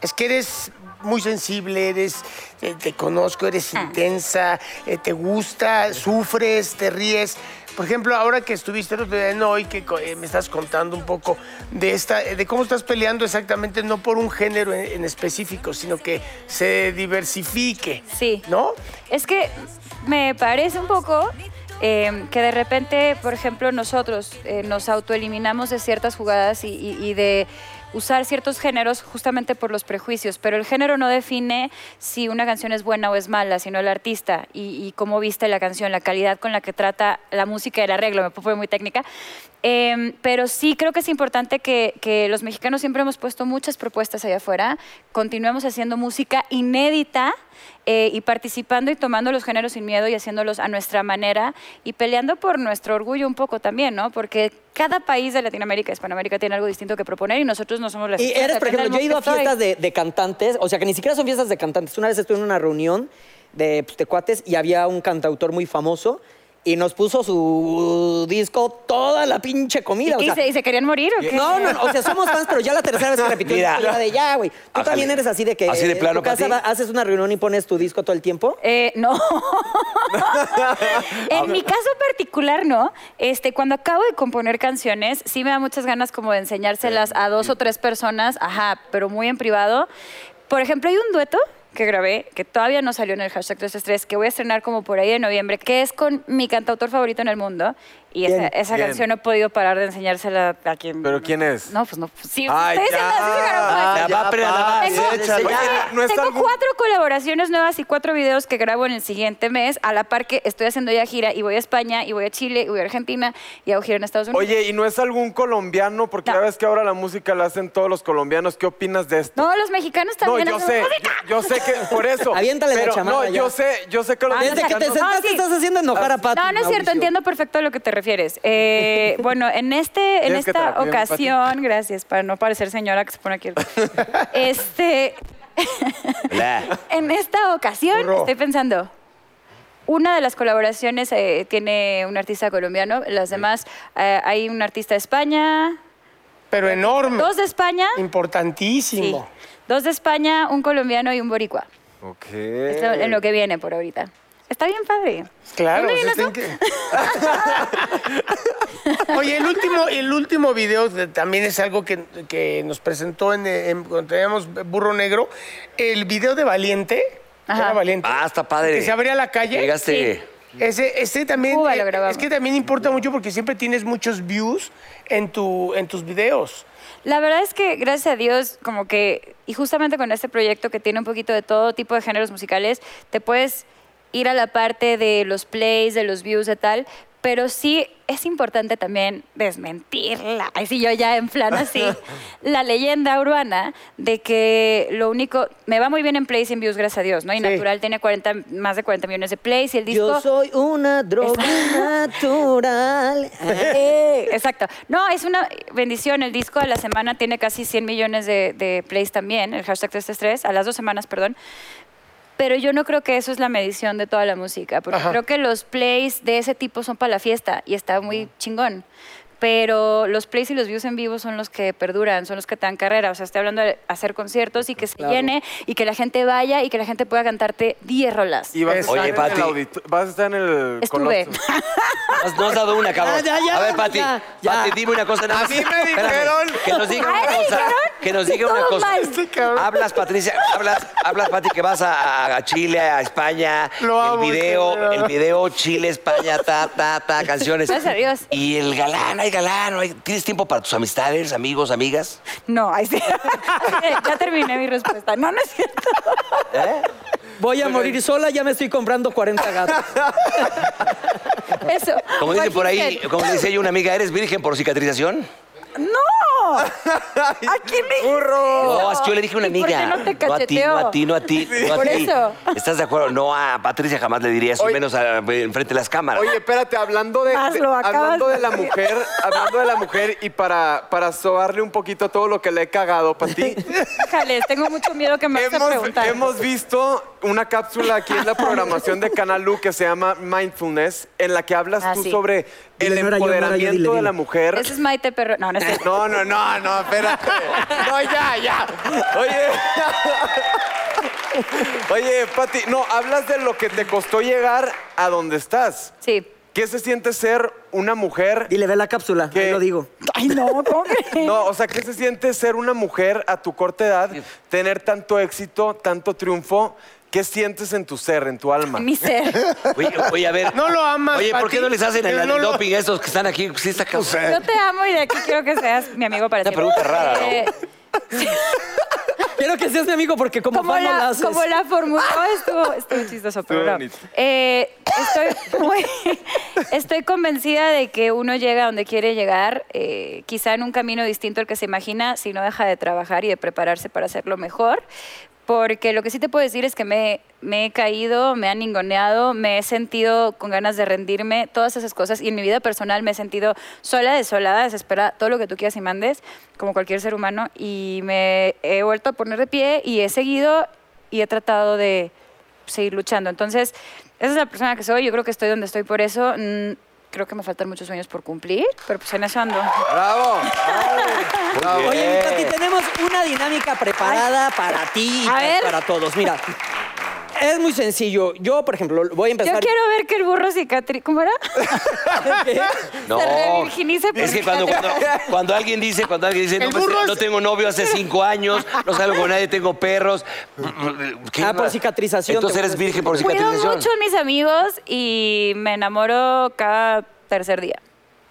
es que eres muy sensible, eres, te, te conozco, eres
Ah.
intensa, eh, te gusta, sufres, te ríes. Por ejemplo, ahora que estuviste el otro día en hoy, que co- eh, me estás contando un poco de esta, eh, de cómo estás peleando exactamente, no por un género en, en específico, sino que se diversifique.
Sí.
¿No?
Es que me parece un poco eh, que de repente, por ejemplo, nosotros eh, nos autoeliminamos de ciertas jugadas y, y- y de usar ciertos géneros justamente por los prejuicios, pero el género no define si una canción es buena o es mala, sino el artista y, y cómo viste la canción, la calidad con la que trata la música y el arreglo, me pongo muy técnica, Em, pero sí creo que es importante que, que los mexicanos siempre hemos puesto muchas propuestas allá afuera, continuemos haciendo música inédita eh, y participando y tomando los géneros sin miedo y haciéndolos a nuestra manera y peleando por nuestro orgullo un poco también, ¿no? Porque cada país de Latinoamérica, Hispanoamérica, tiene algo distinto que proponer y nosotros no somos las
Y eres, por ejemplo, yo he ido a fiestas de, de cantantes, o sea, que ni siquiera son fiestas de cantantes. Una vez estuve en una reunión de, pues, de cuates y había un cantautor muy famoso y nos puso su disco toda la pinche comida.
¿Y,
o
qué
sea,
hice? ¿Y se querían morir o qué?
no, no, no, o sea, somos fans, pero ya la tercera vez que repitió
Mira.
la historia de ya, güey. Tú
Ájale.
también eres así de que
Así de
en
plano,
tu casa
Pati.
va- haces una reunión y pones tu disco todo el tiempo.
Eh, no. en mi caso particular, no. Este, cuando acabo de componer canciones, sí me da muchas ganas como de enseñárselas a dos o tres personas, ajá, pero muy en privado. Por ejemplo, hay un dueto que grabé, que todavía no salió en el hashtag 333, que voy a estrenar como por ahí de noviembre, que es con mi cantautor favorito en el mundo. Y esa, esa
Bien.
canción no he podido parar de enseñársela a quien...
¿Pero quién es?
No, pues no. Sí,
Ay,
ustedes
ya.
se las dicen, pero pues-
La va, Prea, la va.
tengo,
Échale.
tengo-
Oye, ¿no está
tengo
algún-
cuatro colaboraciones nuevas y cuatro videos que grabo en el siguiente mes, a la par que estoy haciendo ya gira y voy a España, y voy a Chile, y voy a Argentina, y hago gira en Estados Unidos.
Oye, ¿y no es algún colombiano? Porque
No.
ya ves que ahora la música la hacen todos los colombianos. ¿Qué opinas de esto?
No, los mexicanos también
yo
hacen
sé,
música.
yo, yo sé que por eso.
Aviéntale la
pero,
chamada
No,
ya.
yo sé, yo sé que los
Ah,
Desde que te
mexicanos-
sent-
sentaste
Ah, sí.
estás haciendo enojar a Pati.
No, no es cierto,
Mauricio.
entiendo perfecto a lo que te refieres. Eh, bueno, en, este, en
¿Quieres que te la
esta
pida, mi Pati?
ocasión, gracias, para no parecer señora que se pone aquí. el- Este,
La-
en esta ocasión estoy pensando. Una de las colaboraciones eh, tiene un artista colombiano, las demás eh, hay un artista de España,
Pero enorme.
dos de España, sí,
Importantísimo.
dos de España, un colombiano y un boricua.
Ok.
Eh.
Es lo- en lo que viene por ahorita. Está bien padre.
Claro,
¿Dónde
o sea,
viene
tienen que- Oye, el último, el último video de- también es algo que, que nos presentó en, en- cuando teníamos Burro Negro. El video de Valiente.
Ajá.
Era Valiente.
Ah, está padre.
Que se abría la calle.
Llegaste.
Ese, ese también,
Cuba lo
eh,
grabamos.
es que también importa mucho porque siempre tienes muchos views en, tu, en tus videos.
La verdad es que gracias a Dios, como que, y justamente con este proyecto que tiene un poquito de todo tipo de géneros musicales, te puedes ir a la parte de los plays, de los views y tal, pero sí es importante también desmentirla. Ahí sí yo ya en plan así. la leyenda urbana de que lo único... Me va muy bien en plays y en views, gracias a Dios, ¿no? Y Natural tiene 40, más de 40 millones de plays y el disco...
Yo soy una droga natural.
Eh, Exacto. No, es una bendición. El disco de la semana tiene casi 100 millones de, de plays también, el hashtag 333, a las dos semanas, perdón. Pero yo no creo que eso es la medición de toda la música, porque creo que los plays de ese tipo son para la fiesta y está muy chingón. Pero los plays y los views en vivo son los que perduran, son los que te dan carrera. O sea, estoy hablando de hacer conciertos y que se llene y que la gente vaya y que la gente pueda cantarte 10 rolas.
Y vas, a
Oye,
estar en
Pati.
el audit- vas a estar en el
Estuve.
Colossus.
Nos, nos has dado una, cabrón.
Ya, ya, ya,
a ver, Pati,
ya, ya.
Pati, dime una cosa. nada
A
más.
mí me
Espérame,
dijeron.
Que nos diga
¿A
una
él le
cosa.
dijeron?
Que nos diga
Todo
una cosa.
mal.
Este cabrón.
Hablas, Patricia, hablas, hablas, Pati, que vas a, a Chile, a España.
Lo amo,
el video,
cabrón.
el video Chile, España, ta, ta, ta, canciones.
Gracias a Dios.
Y el galán, hay galán. ay, ¿Tienes tiempo para tus amistades, amigos, amigas?
No, ahí sí. ya terminé mi respuesta. No, no es cierto.
¿Eh?
Voy a morir sola, ya me estoy comprando 40 gatos.
Eso.
Como dice por ahí,
Joaquín,
como dice yo una amiga, ¿eres virgen por cicatrización?
¡No! ¿A quién le
No, es que yo le dije a una
¿Y por qué
amiga.
no te
a ti, no a ti, no a ti. no a
Por
ti.
eso.
¿Estás de acuerdo? No a Patricia jamás le diría eso, y menos a- eh, enfrente de las cámaras.
Oye, espérate, hablando de, de-
Hazlo, acabas
hablando de
de
la mujer, hablando de la mujer y para, para sobarle un poquito todo lo que le he cagado para ti.
Híjales, tengo mucho miedo que me vas a
Hemos,
preguntar.
hemos visto una cápsula aquí en la programación de Canal U que se llama Mindfulness, en la que hablas
Ah,
tú
sí.
sobre el
Dile, no era yo, no era yo,
empoderamiento
dile,
de
dile.
la mujer.
Ese es Maite Perro. No, no es cierto.
No, no, no, no, espérate. No, ya, ya. Oye. Oye, Pati, no, hablas de lo que te costó llegar a donde estás.
Sí.
¿Qué se siente ser una mujer?
Dile, ve la cápsula,
¿Qué?
ahí lo digo.
Ay, no, ¿cómo crees?
No, o sea, ¿qué se siente ser una mujer a tu corta edad, tener tanto éxito, tanto triunfo? ¿Qué sientes en tu ser, en tu alma?
Mi ser.
Oye, oye, a ver.
No lo amas,
Oye, ¿por qué
Pati?
no les hacen el
No lo-
antidoping a estos que están aquí? Sí, está cabrón.
Yo te amo y de aquí quiero que seas mi amigo para
Una
siempre.
pregunta rara, ¿no?
Eh,
Quiero que seas mi amigo porque como,
como,
fan no la
la,
haces.
como la formuló, estuvo, estuvo chistoso, pero no.
bonito.
Eh, estoy, muy- estoy convencida de que uno llega a donde quiere llegar, eh, quizá en un camino distinto al que se imagina, si no deja de trabajar y de prepararse para hacerlo mejor. Porque lo que sí te puedo decir es que me, me he caído, me han ningoneado, me he sentido con ganas de rendirme, todas esas cosas. Y en mi vida personal me he sentido sola, desolada, desesperada, todo lo que tú quieras y mandes, como cualquier ser humano. Y me he vuelto a poner de pie y he seguido y he tratado de, seguir luchando. Entonces, esa es la persona que soy. Yo creo que estoy donde estoy por eso. Mm, creo que me faltan muchos sueños por cumplir, pero pues en eso ando.
¡Bravo!
Oye, mi Pati, tenemos una dinámica preparada para ti y
A ver.
para todos. Mira, es muy sencillo. Yo, por ejemplo, voy a
Yo
empezar.
quiero ver que el burro cicatriz... ¿Cómo era?
Pues
No.
Se revirginice por
Es que cuando, cuando, cuando alguien dice, cuando alguien dice, no,
El
pues,
burro es-
no tengo novio hace cinco años, no salgo con nadie, tengo perros. ¿Qué
Ah, por
más?
cicatrización,
Entonces
te
eres
pones-
virgen por
Cuido
cicatrización.
mucho a mis amigos y me enamoro cada tercer día.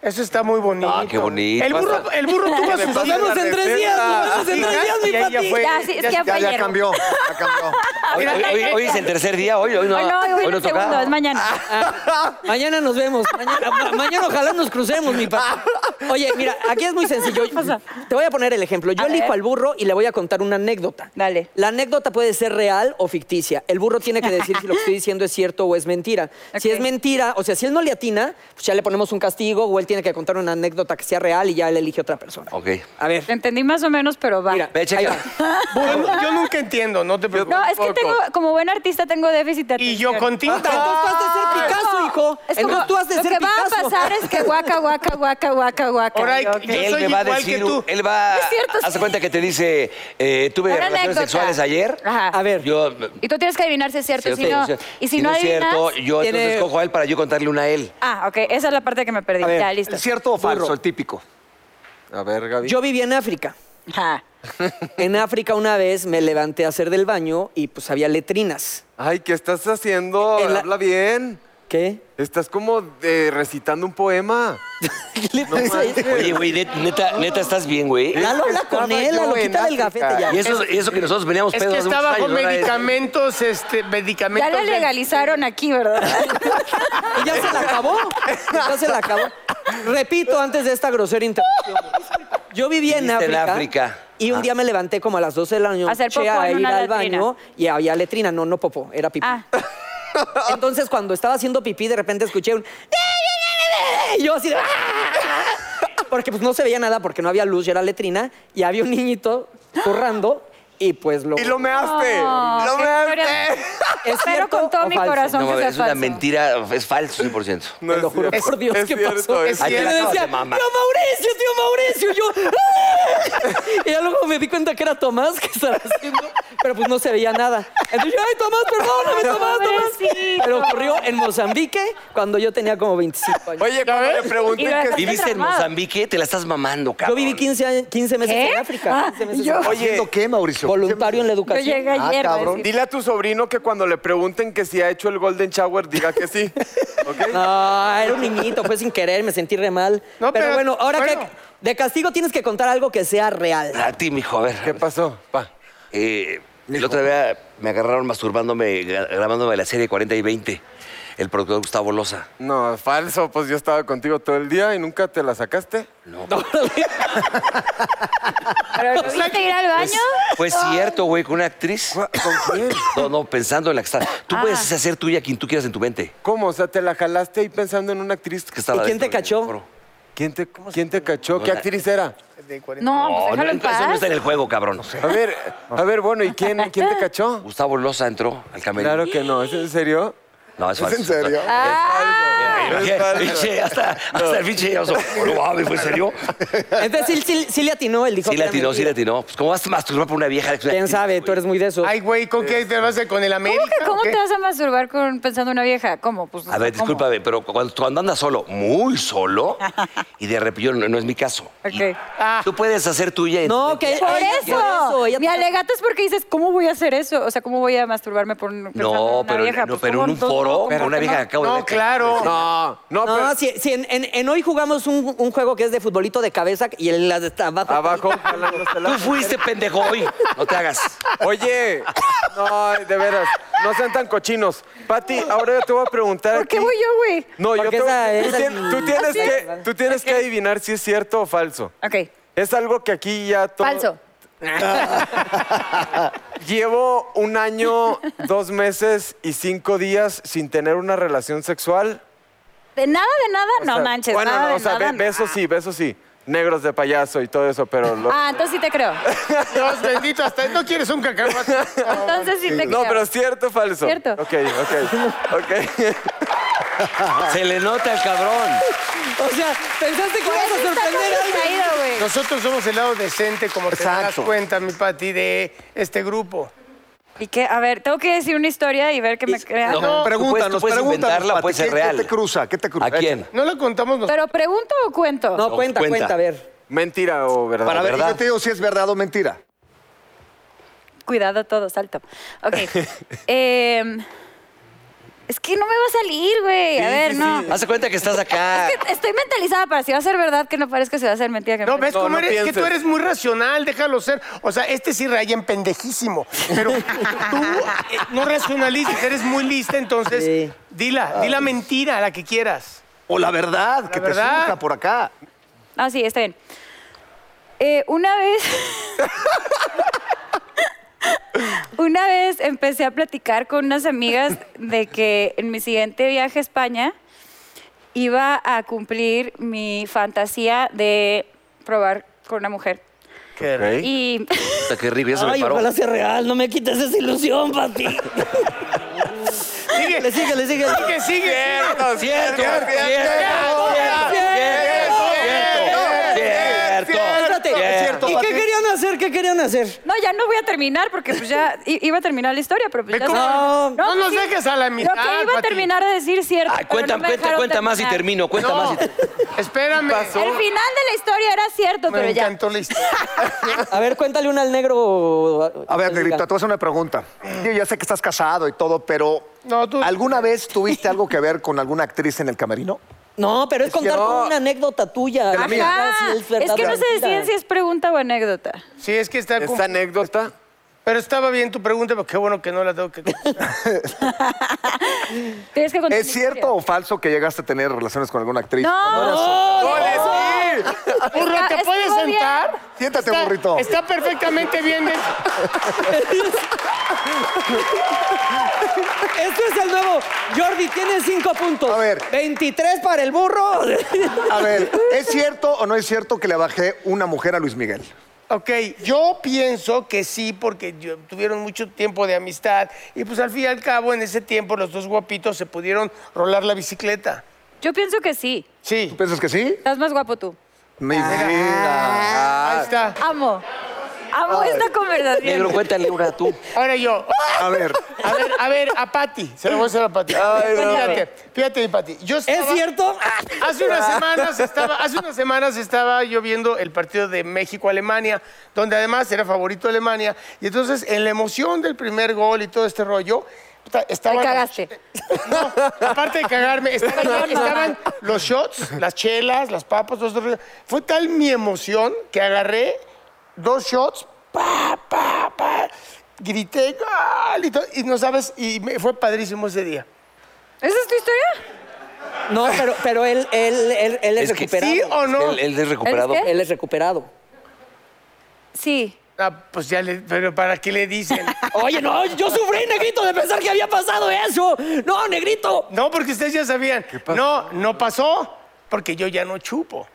Eso está muy bonito.
Ah, qué bonito.
El burro, el burro tuvo sus
Nos vemos en tres días, nos vemos en tres días, mi
Y ahí ya
Pati.
fue.
Ya, sí, es que ya fue
Ya, ya
ayer.
cambió, ya cambió.
Hoy, hoy- hoy- hoy es el tercer día, hoy, hoy no,
Hoy no, hoy voy en
hoy no
el segundo,
toca.
es mañana.
Ah. Mañana nos vemos. Mañana, ma- mañana ojalá nos crucemos, mi papá. Oye, mira, aquí es muy sencillo. Te voy a poner el ejemplo. Yo
A
elijo
ver.
al burro y le voy a contar una anécdota.
Dale.
La anécdota puede ser real o ficticia. El burro tiene que decir si lo que estoy diciendo es cierto o es mentira. Si
Ok.
es mentira, o sea, si él no le atina, pues ya le ponemos un castigo o él tiene que contar una anécdota que sea real y ya él elige otra persona.
Ok.
A ver.
Lo entendí más o menos, pero va.
Mira,
Ve, checa.
ahí va.
Burro, yo nunca entiendo, no te preocupes.
no, es que tengo, como buen artista, tengo déficit de
Y
atención.
yo con tinta.
Entonces tú has de ser Picasso, hijo.
Es como,
Entonces tú has de
lo
ser
que va
Picasso.
a pasar es que guaca, guaca, guaca, guaca, guaca.
Ahora,
Y yo, ok.
yo
él
soy
me va a
igual
decir,
que tú.
él va,
Es cierto,
hace
sí.
cuenta que te dice, eh, tuve
Una
relaciones
anécdota.
sexuales ayer.
Ajá.
A ver.
Yo,
Y tú tienes que adivinar si es cierto,
cierto,
si no.
cierto.
Y si, no
es
adivinas...
cierto, yo
tiene-
entonces cojo a él para yo contarle una a él.
Ah, ok, esa es la parte que me perdí.
A ver,
ya, listo.
¿el ¿Cierto o falso? El típico.
A ver, Gaby.
Yo viví en África.
Ajá.
En África una vez me levanté a hacer del baño y pues había letrinas.
Ay, ¿qué estás haciendo?
En la-
Habla bien.
¿Qué?
Estás como eh, recitando un poema.
¿Qué le pasa a este?
Oye, güey, net- neta, neta, ¿estás bien, güey? Ah,
Lalo habla con
Estaba
él,
yo
Lalo,
en
quítale el
África.
gafete ya.
Y eso, y eso que nosotros veníamos
Es
pedos
que
hace
está
muchos
bajo
años, ¿no? Era-
medicamentos, este,
Ya
medicamentos.
la
de-
legalizaron aquí, ¿verdad?
Y ya se la acabó. Ya se la acabó. Repito, antes de esta grosera interrupción. Yo vivía en
Viviste en
África,
África.
Y un
Ah.
día me levanté como a las 12 de la noche
Hacer popó
a
en
ir
una
al
letrina.
baño y había letrina, no, no popó, era pipí.
Ah,
Entonces, cuando estaba haciendo pipí, de repente escuché un... Y yo así de... "Ah". Porque pues no se veía nada, porque no había luz, ya era letrina, y había un niñito currando, y pues lo...
Y lo measte.
No,
lo
qué
measte.
¿Es
Pero
cierto
con todo
o
mi
falso?
corazón.
No,
que sea
mames, es una
falso.
mentira, es falso 100%.
No
Te lo juro
cierto.
por Dios
Es
que
cierto,
pasó.
es
Y
Ahí te
yo
la
cierto.
acabas
decía,
de mamar.
tío Mauricio, tío Mauricio, yo... ¡ah! y ya luego me di cuenta que era Tomás que estaba haciendo, pero pues no se veía nada. Entonces yo, ay, Tomás, perdóname, Tomás, Tomás.
Pobrecito.
Pero ocurrió en Mozambique cuando yo tenía como 25 años.
Oye, cuando le
Y lo
pregunté
dejaste
qué...
¿Viviste en
traumado.
Mozambique? Te la estás mamando,
Yo
cabrón.
viví 15, años- 15 meses
¿Qué?
en África.
Ah,
15 meses
yo-
en África.
Oye,
¿Haciendo qué, Mauricio?
Voluntario en la
Yo
educación.
llegué
Ah,
ayer. va a
cabrón.
decir.
Dile a tu sobrino que cuando le pregunten que si ha hecho el Golden Shower, diga que sí. ¿Ok?
No, era un niñito, fue sin querer, me sentí re mal.
No,
pero,
pero-
bueno, ahora
bueno.
que de castigo tienes que contar algo que sea real.
A ti, mijo, a ver.
¿Qué pasó? Pa.
Eh, el otro día me agarraron masturbándome, gra- grabándome la serie 40 y 20. El productor Gustavo Loza.
No, falso, pues yo estaba contigo todo el día y nunca te la sacaste.
¿Pero lo viste ir al baño?
Fue cierto, güey, con una actriz. ¿Con quién? No, no, pensando en la que está. Tú
Ah.
puedes hacer tuya quien tú quieras en tu mente.
¿Cómo? O sea, te la jalaste ahí pensando en una actriz.
Que estaba
¿Y quién te
dentro del
cachó?
foro.
¿Quién te, ¿quién te cachó? ¿Qué
Hola.
actriz era?
No, pues
No, no,
déjalo
eso
en
no
paz.
está en el juego, cabrón.
A ver, a ver, bueno, ¿y quién, quién te cachó?
Gustavo Loza entró al camerino.
Claro que no, ¿es en serio?
No, es
¿Es
falso.
en serio?
Ah,
Imagínate, pinche, hasta, hasta el pinche oso. No mames, ¿fue en serio?
Entonces sí, sí- sí le atinó, él dijo
Sí
que
le
era
atinó, sí le
mentira.
atinó. Pues, ¿cómo vas a masturbar por una vieja?
¿Quién sabe? Tú eres muy de eso.
Ay, güey, ¿con qué te vas a hacer? ¿Con el América?
¿Cómo, que,
o
¿Cómo
qué?
te vas a masturbar con, pensando en una vieja? ¿Cómo? Pues,
A ver,
¿cómo?
discúlpame, pero cuando, cuando andas solo, muy solo, y de repente yo, no, no es mi caso.
Ok. Ah.
Y Tú puedes hacer tuya. en-
no, que
Por
ella-
eso.
ella-
Mi alegato es porque dices, ¿cómo voy a hacer eso? O sea, ¿cómo voy a masturbarme por un- pensando en
No,
una
pero,
vieja?
no,
Pues,
pero
¿cómo
en un
entonces
foro,
no? ¿Cómo
con una
que
vieja que
no?
acabo de
No,
ver.
claro.
No, no,
No,
pero...
si, si en, en- en hoy jugamos un, un juego que es de futbolito de cabeza y el las está abajo.
Abajo, jalándose la-
Tú fuiste pendejo hoy. No te hagas.
Oye, no, de veras, no sean tan cochinos. Pati, ahora yo te voy a preguntar
¿Por qué
aquí-
voy yo, güey?
No, yo
Porque
te voy-
esa
tú,
es
tien-
mi-
tú tienes
Así
que,
es.
tú tienes que adivinar si es cierto o falso.
Ok,
Es algo que aquí ya todo...
falso.
Llevo un año, dos meses y cinco días sin tener una relación sexual.
¿De nada, de nada?
O
no
sea,
manches,
Bueno,
nada
no,
de
o sea,
nada,
be- besos
no.
sí, besos sí. Negros de payaso y todo eso, pero... lo-
Ah, entonces sí te creo.
Dios bendito, hasta no quieres un cacahuate.
Entonces sí te creo.
No, pero cierto o falso.
Cierto.
Ok, ok, ok.
Se le nota el cabrón.
O sea, pensaste que ibas a
Pues, Está
sorprender a alguien.
distraído, güey.
Nosotros somos el lado decente, como te das
Exacto.
cuenta, mi Pati, de este grupo.
¿Y qué? A ver, tengo que decir una historia y ver que me crean.
tú puedes-
Pregúntanos,
tú puedes
pregúntanos,
inventarla,
Pati,
puede ser
¿qué-
real.
¿Qué te cruza? ¿Qué te cruza?
¿A quién?
No la contamos nosotros.
¿Pero pregunto o cuento?
No, cuenta,
cuenta.
cuenta, a ver.
Mentira o verdad.
Para ver,
¿Verdad?
yo te digo si es verdad o mentira.
Cuidado todo, salto. Ok. Em, es que no me va a salir, güey. A ver, no.
Haz de cuenta que estás acá.
Es que estoy mentalizada para si va a ser verdad que no parezca si va a ser mentira. Que
No,
parezca.
¿ves
No,
cómo
no
eres? Que tú
pienses.
eres muy racional, déjalo ser. O sea, este sí raya en pendejísimo. Pero tú eh, no racionalizas, eres muy lista, entonces
Sí.
dila, di la mentira, la que quieras.
O la verdad, que
verdad.
te surja por acá.
Ah, sí, está bien. Eh, una vez... una vez empecé a platicar con unas amigas de que en mi siguiente viaje a España iba a cumplir mi fantasía de probar con una mujer.
¿Eh?
Y...
Puta, Qué rico, ya se me
Ay,
paró.
ojalá sea real, no me quites esa ilusión, Pati.
Sigue,
Le sigue, le sigue.
sigue, sigue.
Cierto,
Cierto, cierto, cierto, cierto, cierto,
Espérate,
cierto.
¿y qué querían hacer? ¿Qué querían hacer?
No, ya no voy a terminar porque pues ya i- iba a terminar la historia, pero pues
Ve
ya
cómo-
saben. pues,
No nos dejes a la mitad,
Lo que iba a
Pati.
terminar de decir cierto.
Ay, Ah,
pero
cuenta,
no me
cuenta,
dejaron
cuenta más y
terminar.
termino. Cuenta
No,
más y te-
espérame.
El final de la historia era cierto, pero
Me
ya.
encantó la historia.
A ver, cuéntale una al negro.
A ver,
Olga.
Negrito, te voy a hacer una pregunta. Yo ya sé que estás casado y todo, pero
No, tú-
¿alguna vez tuviste algo que ver con alguna actriz en el camerino?
No, pero es contar
cierto.
con una anécdota tuya.
De la mía.
Ah,
Ajá.
sí,
Es que
verdadera
no se
vida.
deciden si es pregunta o anécdota.
Sí, es que está...
Esta
confu-
anécdota.
Pero estaba bien tu pregunta, pero qué bueno que no la tengo que...
Tienes que contar
¿Es
una
cierto
historia.
o falso que llegaste a tener relaciones con alguna actriz?
No.
Burro,
Está-
¿te puedes
estuvo bien.
sentar?
Siéntate,
Está-
burrito.
Está perfectamente bien. de-
Esto es el nuevo. Jordi tiene cinco puntos.
A ver.
23 para el burro.
A ver, ¿es cierto o no es cierto que le bajé una mujer a Luis Miguel?
Ok, yo pienso que sí, porque yo- tuvieron mucho tiempo de amistad y pues al fin y al cabo en ese tiempo los dos guapitos se pudieron rolar la bicicleta.
Yo pienso que sí.
Sí,
¿Piensas que sí?
Estás más guapo tú.
Mi vida.
ahí está.
Amo. Amo esta conversación.
Negro, cuéntale una tú.
Ahora yo.
A ver,
A ver, a ver, a Pati. Se lo voy a hacer a Pati. Fíjate, fíjate, mi Pati. Yo
¿Es
estaba-
cierto?
Hace unas semanas estaba, hace unas semanas estaba yo viendo el partido de México Alemania, donde además era favorito Alemania, y entonces en la emoción del primer gol y todo este rollo puta, estaba
Te cagaste.
No, aparte de cagarme, estaban, estaban los shots, las chelas, las papas, todo esto. Fue tal mi emoción que agarré dos shots, pa, pa, pa, grité, gol, y, todo, y no sabes, y me- fue padrísimo ese día.
¿Esa es tu historia?
No, pero, pero él, él, él, él es,
Es que oh.
recuperado.
¿Sí
Oh,
o no?
Él, él es recuperado.
¿El qué?
Él es recuperado.
Sí.
Ah, pues ya le, pero ¿para qué le dicen?
Oye, no, yo sufrí, negrito, de pensar que había pasado eso. No, negrito.
No, porque ustedes ya sabían. No, no pasó, porque yo ya no chupo.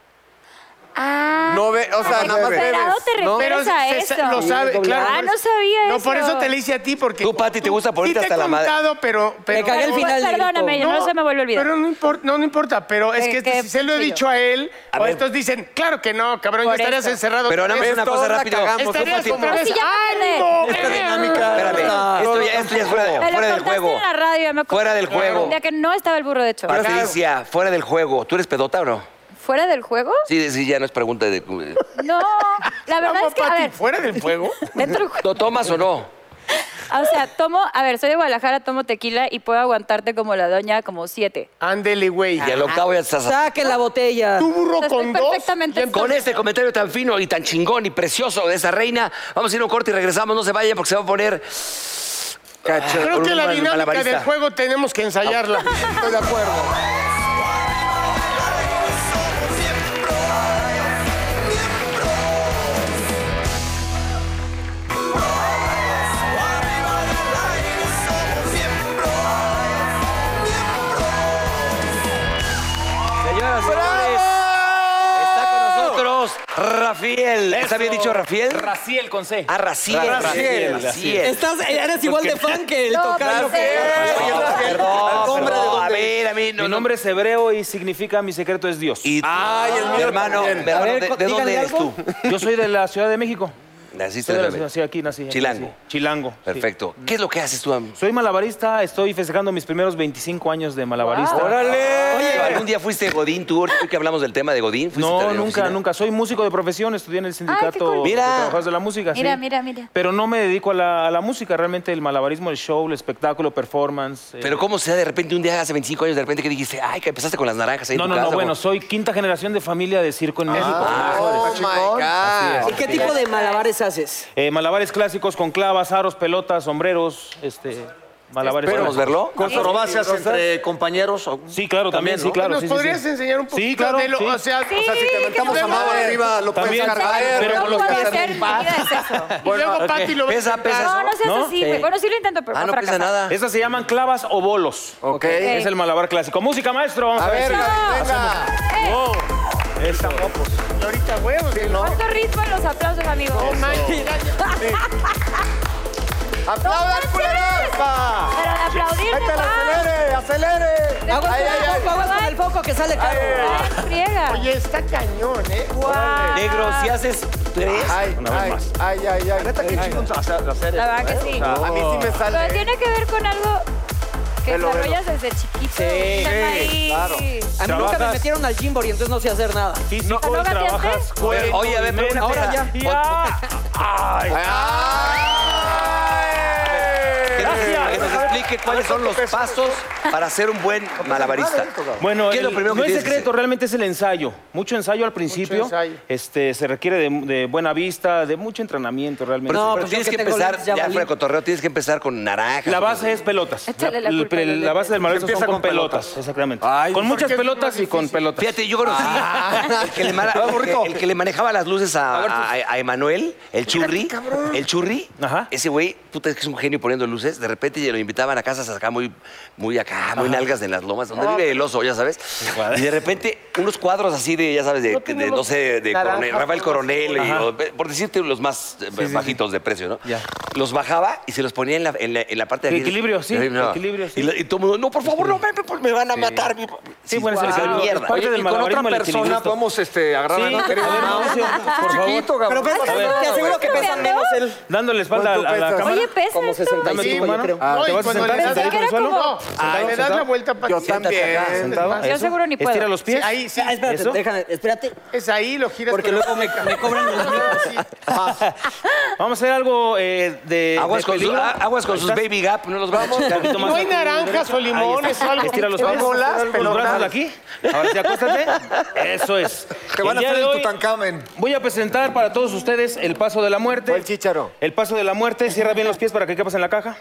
Ah.
No ve, o sea,
Como
nada más
recuperado
bebes,
te
¿no?
refieres a
se- se-
eso.
lo sabe, claro.
Ah,
por
no
eso-
sabía
No,
eso.
por eso te le hice a ti, porque...
Tú, Pati, te gusta ponerte
sí te
hasta
he
la madre.
contado, pero... pero
Me cagué al final. negrito.
Perdóname, no, no se me vuelve a olvidar.
Pero no importa, no, no importa, pero es
Eh,
que esto
que
sí se lo he
soy yo.
dicho a él,
A
o
ver.
estos dicen, claro que no, cabrón, ya
Por
estarías
eso.
encerrado.
Pero
otra
nada más
vez.
una
todos
cosa
la
rápido.
cagamos,
Esto-
Estarías
Pati.
otra vez,
Sí, ya me
ánimo.
Esta
eh".
dinámica. Espérame. Esto ya, esto ya es fuera, de-
Me lo
fuera del
contaste
juego.
en la radio, ya me acuerdo.
Fuera del juego.
Ya que no estaba el burro, de hecho.
Patricia, "Ah, fuera del juego. ¿Tú eres pedota o no?
¿Fuera del juego?
Sí, sí, ya no es pregunta de.
No. La verdad
Vamos,
es que, a
Pati,
ver,
¿Fuera del fuego?
dentro del juego.
¿Lo tomas o no?
Ah, O sea, tomo, a ver, soy de Guadalajara, tomo tequila y puedo aguantarte como la doña, como siete.
Ándele, güey.
Y al octavo ya estás.
Saque la botella.
Tu burro
Estoy
con dos.
perfectamente
ya
segura.
Con este comentario tan fino y tan chingón y precioso de esa reina, vamos a ir a un corte y regresamos. No se vayan porque se va a poner. Cacho,
Creo
con
que
un
la
mal-
dinámica
malabarista.
del juego tenemos que ensayarla.
estoy de acuerdo.
Señoras y señores, está con nosotros Rafael. ¿Está bien dicho Rafael?
Raciel con C.
Ah, Raciel.
Raciel.
Raciel.
Estás, eres igual de fan que el
No,
tocayo.
pues, eh.
Perdón, perdón. A ver, a mí
Mi
no. no.
nombre es hebreo y significa mi secreto es Dios.
Y Ay, el mío hermano, mi hermano,
A ver,
¿de, de
díganle
dónde eres
algo.
tú?
Yo soy de la Ciudad de México.
Naciste
Soy de
en
la
el-
ciudad, sí, aquí nací. aquí
Chilango.
nací. Chilango. sí.
Perfecto. ¿Qué es lo que haces tú? am-
Soy malabarista, estoy festejando mis primeros 25 años de malabarista.
¿Algún día fuiste Godín? ¿Tú ahorita que hablamos del tema de Godín? ¿fuiste a
No,
la
nunca,
oficina?
nunca. Soy músico de profesión, estudié en el sindicato
cool.
de
Mira.
trabajadores de la música. sí.
Mira, mira, mira.
Pero no me dedico a la, a la música, realmente el malabarismo, el show, el espectáculo, performance. eh,
Pero ¿cómo sea de repente un día hace 25 años de repente que dijiste, ay, que empezaste con las naranjas ahí
No,
en tu
no,
casa?
no, bueno,
güey"?
soy quinta generación de familia de circo en México.
Oh, my
¿Y qué tipo de malabares haces?
Eh, malabares clásicos con clavas, aros, pelotas, sombreros, este, malabares.
¿Podemos
clásicos.
verlo?
Acrobacias entre compañeros. o-
Sí, claro, también,
También,
sí,
¿no?
claro.
¿Nos
sí, sí,
podrías
sí.
enseñar un
Sí,
poquito
claro,
de lo,
sí,
o sea,
Sí,
o sea, si te
que
aventamos
te
a
lo
mano
hagan.
arriba, lo puedes
También.
cargar.
pero
no
con los
puedo
pies
hacer en mi vida es eso.
Y luego Pati lo
Pesa,
ves-
pesa.
No, no seas
¿No?
así, güey. Bueno, sí lo intento, pero
Ah, no pesa
fracasar.
nada.
Esas se llaman clavas o bolos.
Ok.
Es el malabar clásico. Música, maestro. Vamos a,
A ver,
si-
venga.
¡Eh!
Esta.
Y ahorita huevos, ¿no?
¿Cuánto ritmo en los aplausos, amigos?
¡Aplaudan,
No,
culeros!
Pero de aplaudir,
¡Métele,
de paz.
acelere, acelere! Ay,
Aguas con
ay,
el
ay.
foco, aguas con el poco que sale caro.
Ay, friega.
Oye, está cañón, ¿eh?
Guau.
Negro, si haces tres,
Ay,
una vez
ay,
más.
ay, ay, ay.
Neta, qué chingón hacer hacer
La
esto,
verdad
¿eh?
que
O
sí.
sea,
A mí sí me sale.
Pero tiene que ver con algo que desarrollas desde chiquito.
Sí,
Están ahí.
claro.
A mí nunca me
Trabajas.
metieron al gym y entonces no sé hacer nada.
Físico,
¿No gateaste?
trabajas, cuerpo,
Oye, a ver, pero una
mente.
Ahora
peda.
Ya. Ay,
Que nos- Que nos explique cuáles son los pasos para ser un buen malabarista.
Bueno,
¿Qué es lo
el-
primero que
no es
tienes que
secreto, realmente es el ensayo. Mucho ensayo al principio.
ensayo.
Este, se requiere de, de buena vista, de mucho entrenamiento realmente.
No,
Pero
Pero
pues
tienes
yo
que
que tengo
empezar,
lentes, ya
ya
valí.
fuera de cotorreo, tienes que empezar con naranja.
la base es pelotas.
Échale la
el-
culpa a los
la base del
lentes.
maestro son con, pelotas. exactamente.
Ay,
con muchas
porque es
pelotas
más
y con
difícil.
pelotas. Ah.
Fíjate, yo conocí el, que le mala- el que- el que le manejaba las luces a, a- a Emanuel, el churri. El churri.
pues. Ajá.
Ese güey, puta, es que es un genio poniendo luces. De repente ya lo invitaban a casas acá muy, muy acá, muy nalgas en las lomas, donde vive el oso, ya sabes. Y de repente, unos cuadros así de, ya sabes, de,
Yo tengo
de, no
los
sé, de
naranjas,
Coronel, Rafael
todos
Coronel, y-
Ajá.
o- por decirte los más eh, bajitos de precio, ¿no?
Ya.
Los bajaba y se los ponía en la, en la, en la parte de
De
aquí.
equilibrio, sí,
Ahí, no.
equilibrio, sí.
Y, la- y todo el mundo, no, por favor, no me, me van a matar. mi-
Sí, bueno,
guau. Ah,
es el
Mierda.
parte
Oye,
del
y con otra
malabarismo, el
persona
equilibrista.
podemos este, agarrar
Sí,
a
a ver,
Mauricio.
Mauricio,
Ah,
por favor.
Chiquito, cabrón.
Pero
Vamos a ver.
te aseguro que pesa menos él.
Dándole espalda a, la- a la
¿Cuánto pesas?
cámara.
Oye, pesa
Como
esto.
65,
Sí,
tu
yo
mano.
creo.
Ah,
No,
¿Te
y
vas a
cuando
sentar?
le das-
¿Sentadito en el suelo?
Como-
Ah, le das la vuelta para
Yo
ti.
también.
Sentado,
Yo
eso.
seguro ni puedo.
Estira los pies.
Ahí sí.
Ah, espérate,
¿Eso?
déjame, espérate,
Es ahí, lo giras.
porque
pero-
luego me, me cobran los micros.
Sí.
Vamos a hacer algo eh, de.
Aguas
de
con, su-
peligro.
a- aguas con
Ahí
sus
está.
baby gap, no los vamos.
Un poquito más
No hay
a tu
naranjas
derecha.
o limones
Ahí
o
está.
algo.
Estira los
Como
pies.
las
los
pelotas.
brazos aquí. Ahora sí, acuéstate. Eso es.
Te van
El
a
día
hacer
de
el
hoy
Tutankamen.
Voy a presentar para todos ustedes el paso de la muerte.
¿Cuál chícharo?
El paso de la muerte. Cierra bien los pies para que quepas en la caja.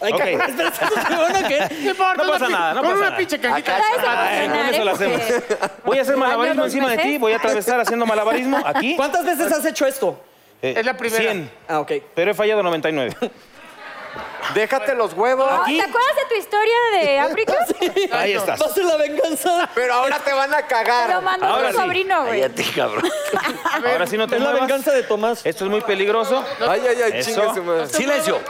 Ay,
Ok.
cabrón, espérate, ¿te van a qué?
No importa,
No pasa
una pi-
nada, no
Con
pasa
una
nada.
pinche cajita. de
Acá está.
zapatos.
Ay, con
Cenar,
eso lo
¿eh?
hacemos.
Porque-
Voy a hacer malabarismo
Baño dos
encima de ti.
veces.
Voy a atravesar haciendo malabarismo aquí.
¿Cuántas veces has hecho esto?
Eh,
Es la primera.
100,
Ah, ok.
pero he fallado 99.
Déjate los huevos.
Oh,
Aquí.
¿Te acuerdas de tu historia de África?
Ahí estás.
Va a ser la venganza.
Pero ahora te van a cagar.
Lo mandó
Ahora
tu
sí.
sobrino, güey.
Cállate, cabrón.
Ahora sí no te
Es la
muevas.
venganza de Tomás.
Esto es muy peligroso.
Ay, ay, ay,
Eso.
chingue su madre.
Silencio.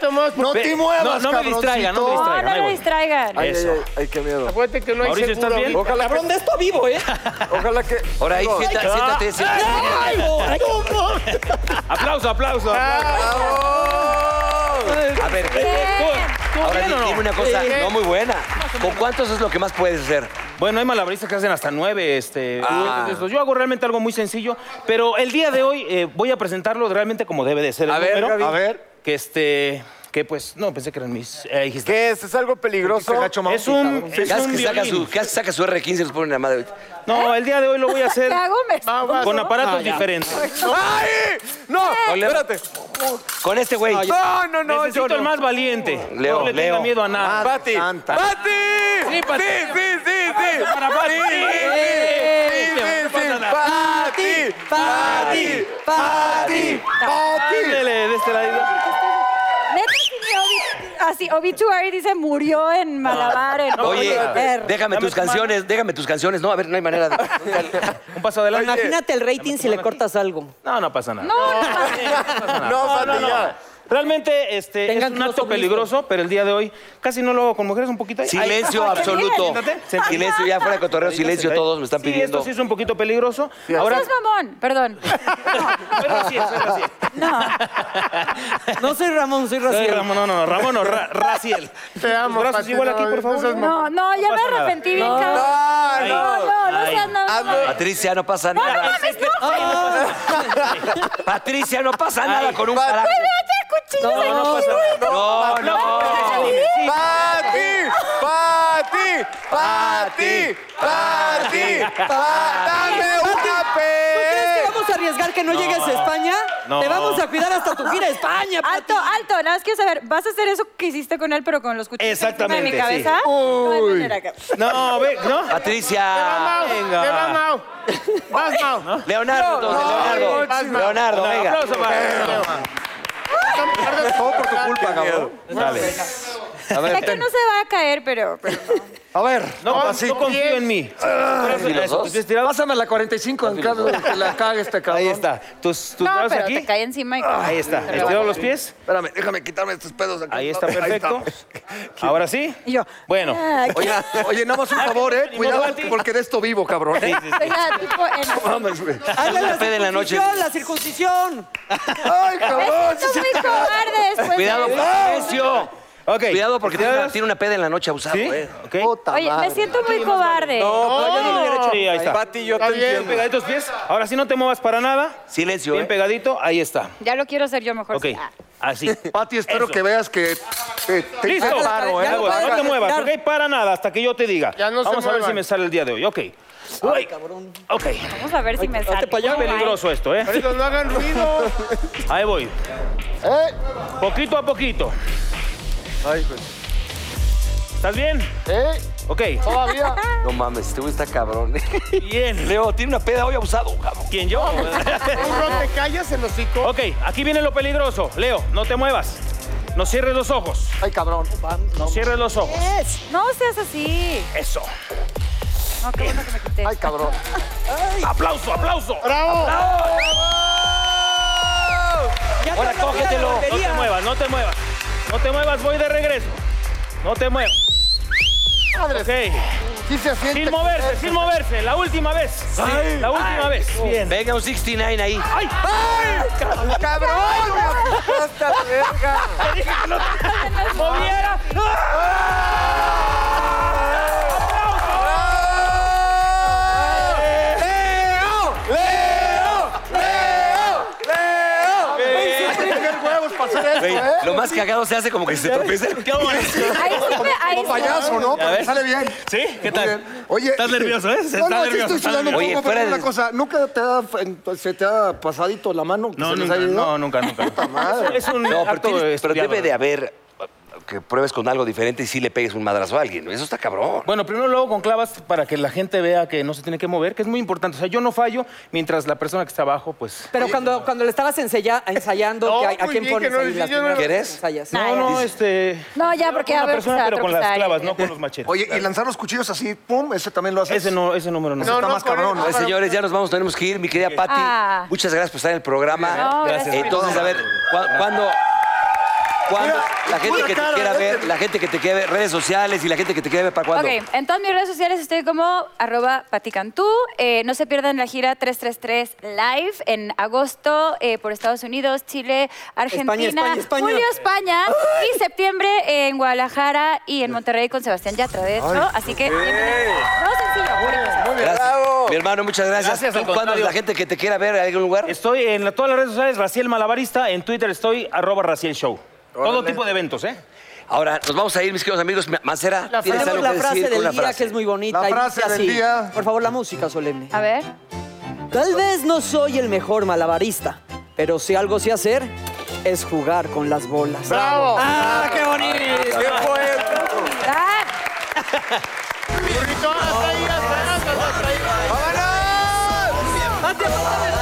Tomás,
No
Ve,
te muevas,
no, no me
cabroncito.
distraigan, no me
No,
distraigan.
no
ahí
lo
voy.
distraigan.
Ay, ay,
Eso.
ay, ay, qué miedo.
Acuérdate que no hay
Mauricio,
seguro.
¿estás bien?
Ojalá
Cabrón,
que,
de esto a vivo, ¿eh?
ojalá que...
Ahora ahí,
Digo,
siéntate, siéntate. siéntate.
¡Ay, no! ¡Ay, no!
Aplauso, aplauso. Oh. aplauso.
A ver, eh,
¿Tú- tú
ahora
bien o
di-
no?
dime una cosa. No muy buena. ¿Con cuántos es lo que más puedes hacer?
Bueno, hay malabaristas que hacen hasta nueve. Este,
Ah.
juguetes de estos. Yo hago realmente algo muy sencillo, pero el día de hoy eh, voy a presentarlo realmente como debe de ser. El
A ver,
número,
Gaby. A ver.
Que este, que pues, no, pensé que eran mis. eh, dijiste.
¿Qué es? ¿Es algo peligroso?
Es un, es
¿Qué haces
un
que saca
violín.
su, qué haces que saca su R15 y los pone en la madre?
No, el día de hoy lo voy a hacer
¿Te hago me-
con aparatos diferentes.
¡Ay! ¡No! Espérate.
Con este güey.
No, no, no,
Necesito
yo no.
el más valiente.
Leo,
no le tenga
Leo.
miedo a nada.
¡Pati!
Santa.
¡Pati!
Sí,
¡Sí,
Pati.
sí, sí! sí.
Para Pati.
¡Sí, sí, sí, sí, sí! ¡Pati! ¡Pati! ¡Pati!
Ándele, de este ladito.
Neta, sí, mi obi- así, obituary dice murió en Malabar, en
Oye,
Ver.
déjame
Dame
tus
tu mano.
canciones, déjame tus canciones. No, a ver, no hay manera de.
Un paso adelante.
Imagínate el rating si le cortas algo.
No, no pasa nada.
No, no, no.
No, Pati, ya.
Realmente este,
Tengan
es un acto
close-up
peligroso, pero el día de hoy casi no lo hago con mujeres, un poquito. ahí.
Silencio
Ay,
absoluto.
siéntate, siéntate.
Silencio, ya fuera de cotorreo, silencio todos, me están
Sí,
pidiendo.
esto sí es un poquito peligroso.
No
Ahora,
seas mamón, perdón.
pero así es, pero así es.
No.
No soy Ramón, soy
Ay,
Raciel.
Ramón, no, no, Ramón, no, Ra- Raciel.
Te amo,
Tus brazos
Pati,
igual
no,
aquí, por
no
favor.
seas mamón.
No, no, ya
No pasa
me
nada.
arrepentí bien, cabrón.
¡Ay,
No,
no!
no, no seas mamón.
Patricia, no pasa nada. Patricia, no pasa nada con un carajo.
Cuchillos
No, no
aquí.
pasa nada.
No,
No,
no.
sí.
¡Pati! ¡Pati! ¡Pati! ¡Pati! ¡Pa- ¡Dame una
¿Crees que
P!
vamos a arriesgar que no, llegues a España?
No.
Te vamos a cuidar hasta tu gira a España.
Alto, alto, nada más quiero saber, ¿vas a hacer eso que hiciste con él, pero con los cuchillos encima de mi
Exactamente, sí.
cabeza? No hay manera, cabrón.
No, ve, no.
Patricia.
Mau,
venga.
Te va, Mau. Vas, Mau.
Leonardo, entonces, Leonardo. Leonardo,
Un
venga.
aplauso para-
Perdón.
Todo por tu culpa, cabrón.
Dale.
A ver, que no se va a caer, pero, pero no.
A ver,
No,
ahora
no Ah,
sí.
confío en mí.
¿Y los dos?
Entonces, tirado,
Pásame la 45 en caso de que la cague este cabrón.
pues, Ahí está. Tus, tus
No,
brazos
pero
aquí. Ah,
te cae encima y...
Ahí está.
Te
Estiro
lo-
los pies.
Espérame, déjame quitarme estos pedos acá.
Ahí está, perfecto. Ahora sí.
Y yo,
Bueno.
eh,
ah, aquí
Oye, oye, nada más un favor, ¿eh?
Ni
Cuidado,
modo, Pati.
porque de esto vivo, cabrón.
estoy ya, tipo, en-
Háganle la
Fe de la noche.
circuncisión, la circuncisión.
¡Ay, cabrón!
Me siento muy cobarde después de
Cuidado,
esto.
silencio.
Ok.
Cuidado porque tiene una,
¿Tiradas?
tiene una peda en la noche abusado,
¿Sí?
¿eh?
Ok.
Oye, me siento muy cobarde.
Sí, ahí está.
Pati, yo te
Está bien
entiendo.
pegaditos pies. Ahora sí no te muevas para nada.
Silencio,
Bien
¿eh?
pegadito. Ahí está.
Ya lo quiero hacer yo mejor.
Ok.
Ah.
Así.
Pati, espero
Eso.
que veas que eh, te
Listo.
te
paro, ¿eh?
Ya no,
Ya
no
no
te muevas,
puedes
ok, para nada hasta que yo te diga.
Ya no se
Vamos a ver
muevan.
si me sale el día de hoy. Ok. Uy,
Cabrón.
ok.
Vamos a ver si me sale.
hazte pa' allá,
Ay,
Peligroso esto, ¿eh?
Ahorita no hagan ruido. Eh.
Ahí voy. Poquito a poquito.
pues.
¿Estás bien?
¿Eh?
Ok.
Todavía.
No mames, este güey está cabrón. ¿eh?
Bien.
Leo, tiene una peda hoy abusado, cabrón.
¿Quién yo?
Burro, te callas el hocico.
ok, aquí viene lo peligroso. Leo, no te muevas. No cierres los ojos.
Ay, cabrón.
No cierres los ojos.
No seas así.
Eso.
No, qué bueno que me quité.
Ay, cabrón.
Aplauso, aplauso.
Ya te
Ahora
hablo bien de la
cógetelo. No te
batería.
muevas, no te muevas. No te muevas, voy de regreso. No te muevas.
Madre.
Ok.
Sí se siente.
Sin moverse, sin moverse. La última vez. La última vez. Bien.
Venga, un 69 ahí.
¡Cabrón!
¡Moviera!
Güey,
¿Eh?
Lo más cagado se hace como que se tropieza.
Ahí sí me... Ahí sí.
payaso, ¿no? Porque sale bien.
¿Sí?
Muy
¿Qué tal?
bien. Oye,
Estás nervioso, ¿eh?
No,
Estás
no, sí
nervioso,
estoy
estás
sudando un
nervioso.
poco,
Oye,
pero
fuera
una
de-
cosa, ¿nunca te ha, en- se te ha pasadito la mano? que
No,
se les
nunca,
ha ido?
no, nunca, nunca. nunca. Es un
No, pero,
acto
tienes- pero
estudiado,
debe de
¿no?
haber uh, que pruebes con algo diferente y sí le pegues un madrazo a alguien. Eso está cabrón.
Bueno, primero luego con clavas para que la gente vea que no se tiene que mover, que es muy importante. O sea, yo no fallo mientras la persona que está abajo, pues...
Pero cuando, cuando le estabas ensaya- ensayando,
No,
¿qué- ¿a
muy
quién
bien,
pones
que no
ahí
le-
las
yo no-
primeras
¿Quieres?
que ensayas?
No,
ya.
no, este...
No, ya,
con
porque
una
a ver,
persona,
se va a
pero con las
tropezar,
clavas,
eh.
no con los machetes.
Oye, y lanzar los cuchillos así, pum, ese también lo haces.
ese, no, ese número no.
Está más
con-
cabrón.
Pues, señores, ya nos vamos, tenemos que ir. Mi querida Patti,
Ah.
muchas gracias por estar en el programa. Eh,
No, gracias.
Entonces, a ver, cu- ¿cuándo? cuándo la gente que te
¿eh?
quiera ver, la gente que te quiera ver, redes sociales y la gente que te quiera ver, ¿para cuándo?
Ok, en todas mis redes sociales estoy como arroba paticantú. Eh, no se pierdan la gira 333 Live en agosto eh, por Estados Unidos, Chile, Argentina,
España, España, España.
julio España y septiembre en Guadalajara y en Monterrey con Sebastián Yatra, de hecho. Así que, bienvenidos. no sencillo, pura cosa.
Gracias. Mi hermano, muchas gracias.
Gracias,
¿Tú
al
cuándo
contrario.
la gente que te quiera ver en algún lugar?
Estoy en la- todas las redes sociales, Raciel Malabarista. En Twitter estoy arroba Raciel Show. Todo tipo de eventos, ¿eh?
Ahora, nos vamos a ir, mis queridos amigos. Ma- Mancera, tienes
Tenemos
algo
la
que decir
frase
con
del
una
día
frase.
que es muy bonita.
La
y dice
frase del
así.
día.
Por favor, la música solemne.
A ver.
Tal vez no soy el mejor malabarista, pero si algo sé hacer es jugar con las bolas.
¡Bravo!
¡Ah, qué bonito!
Ah,
Burrito, hasta ahí, hasta ahí, hasta ahí.
¡Antes,
Oh,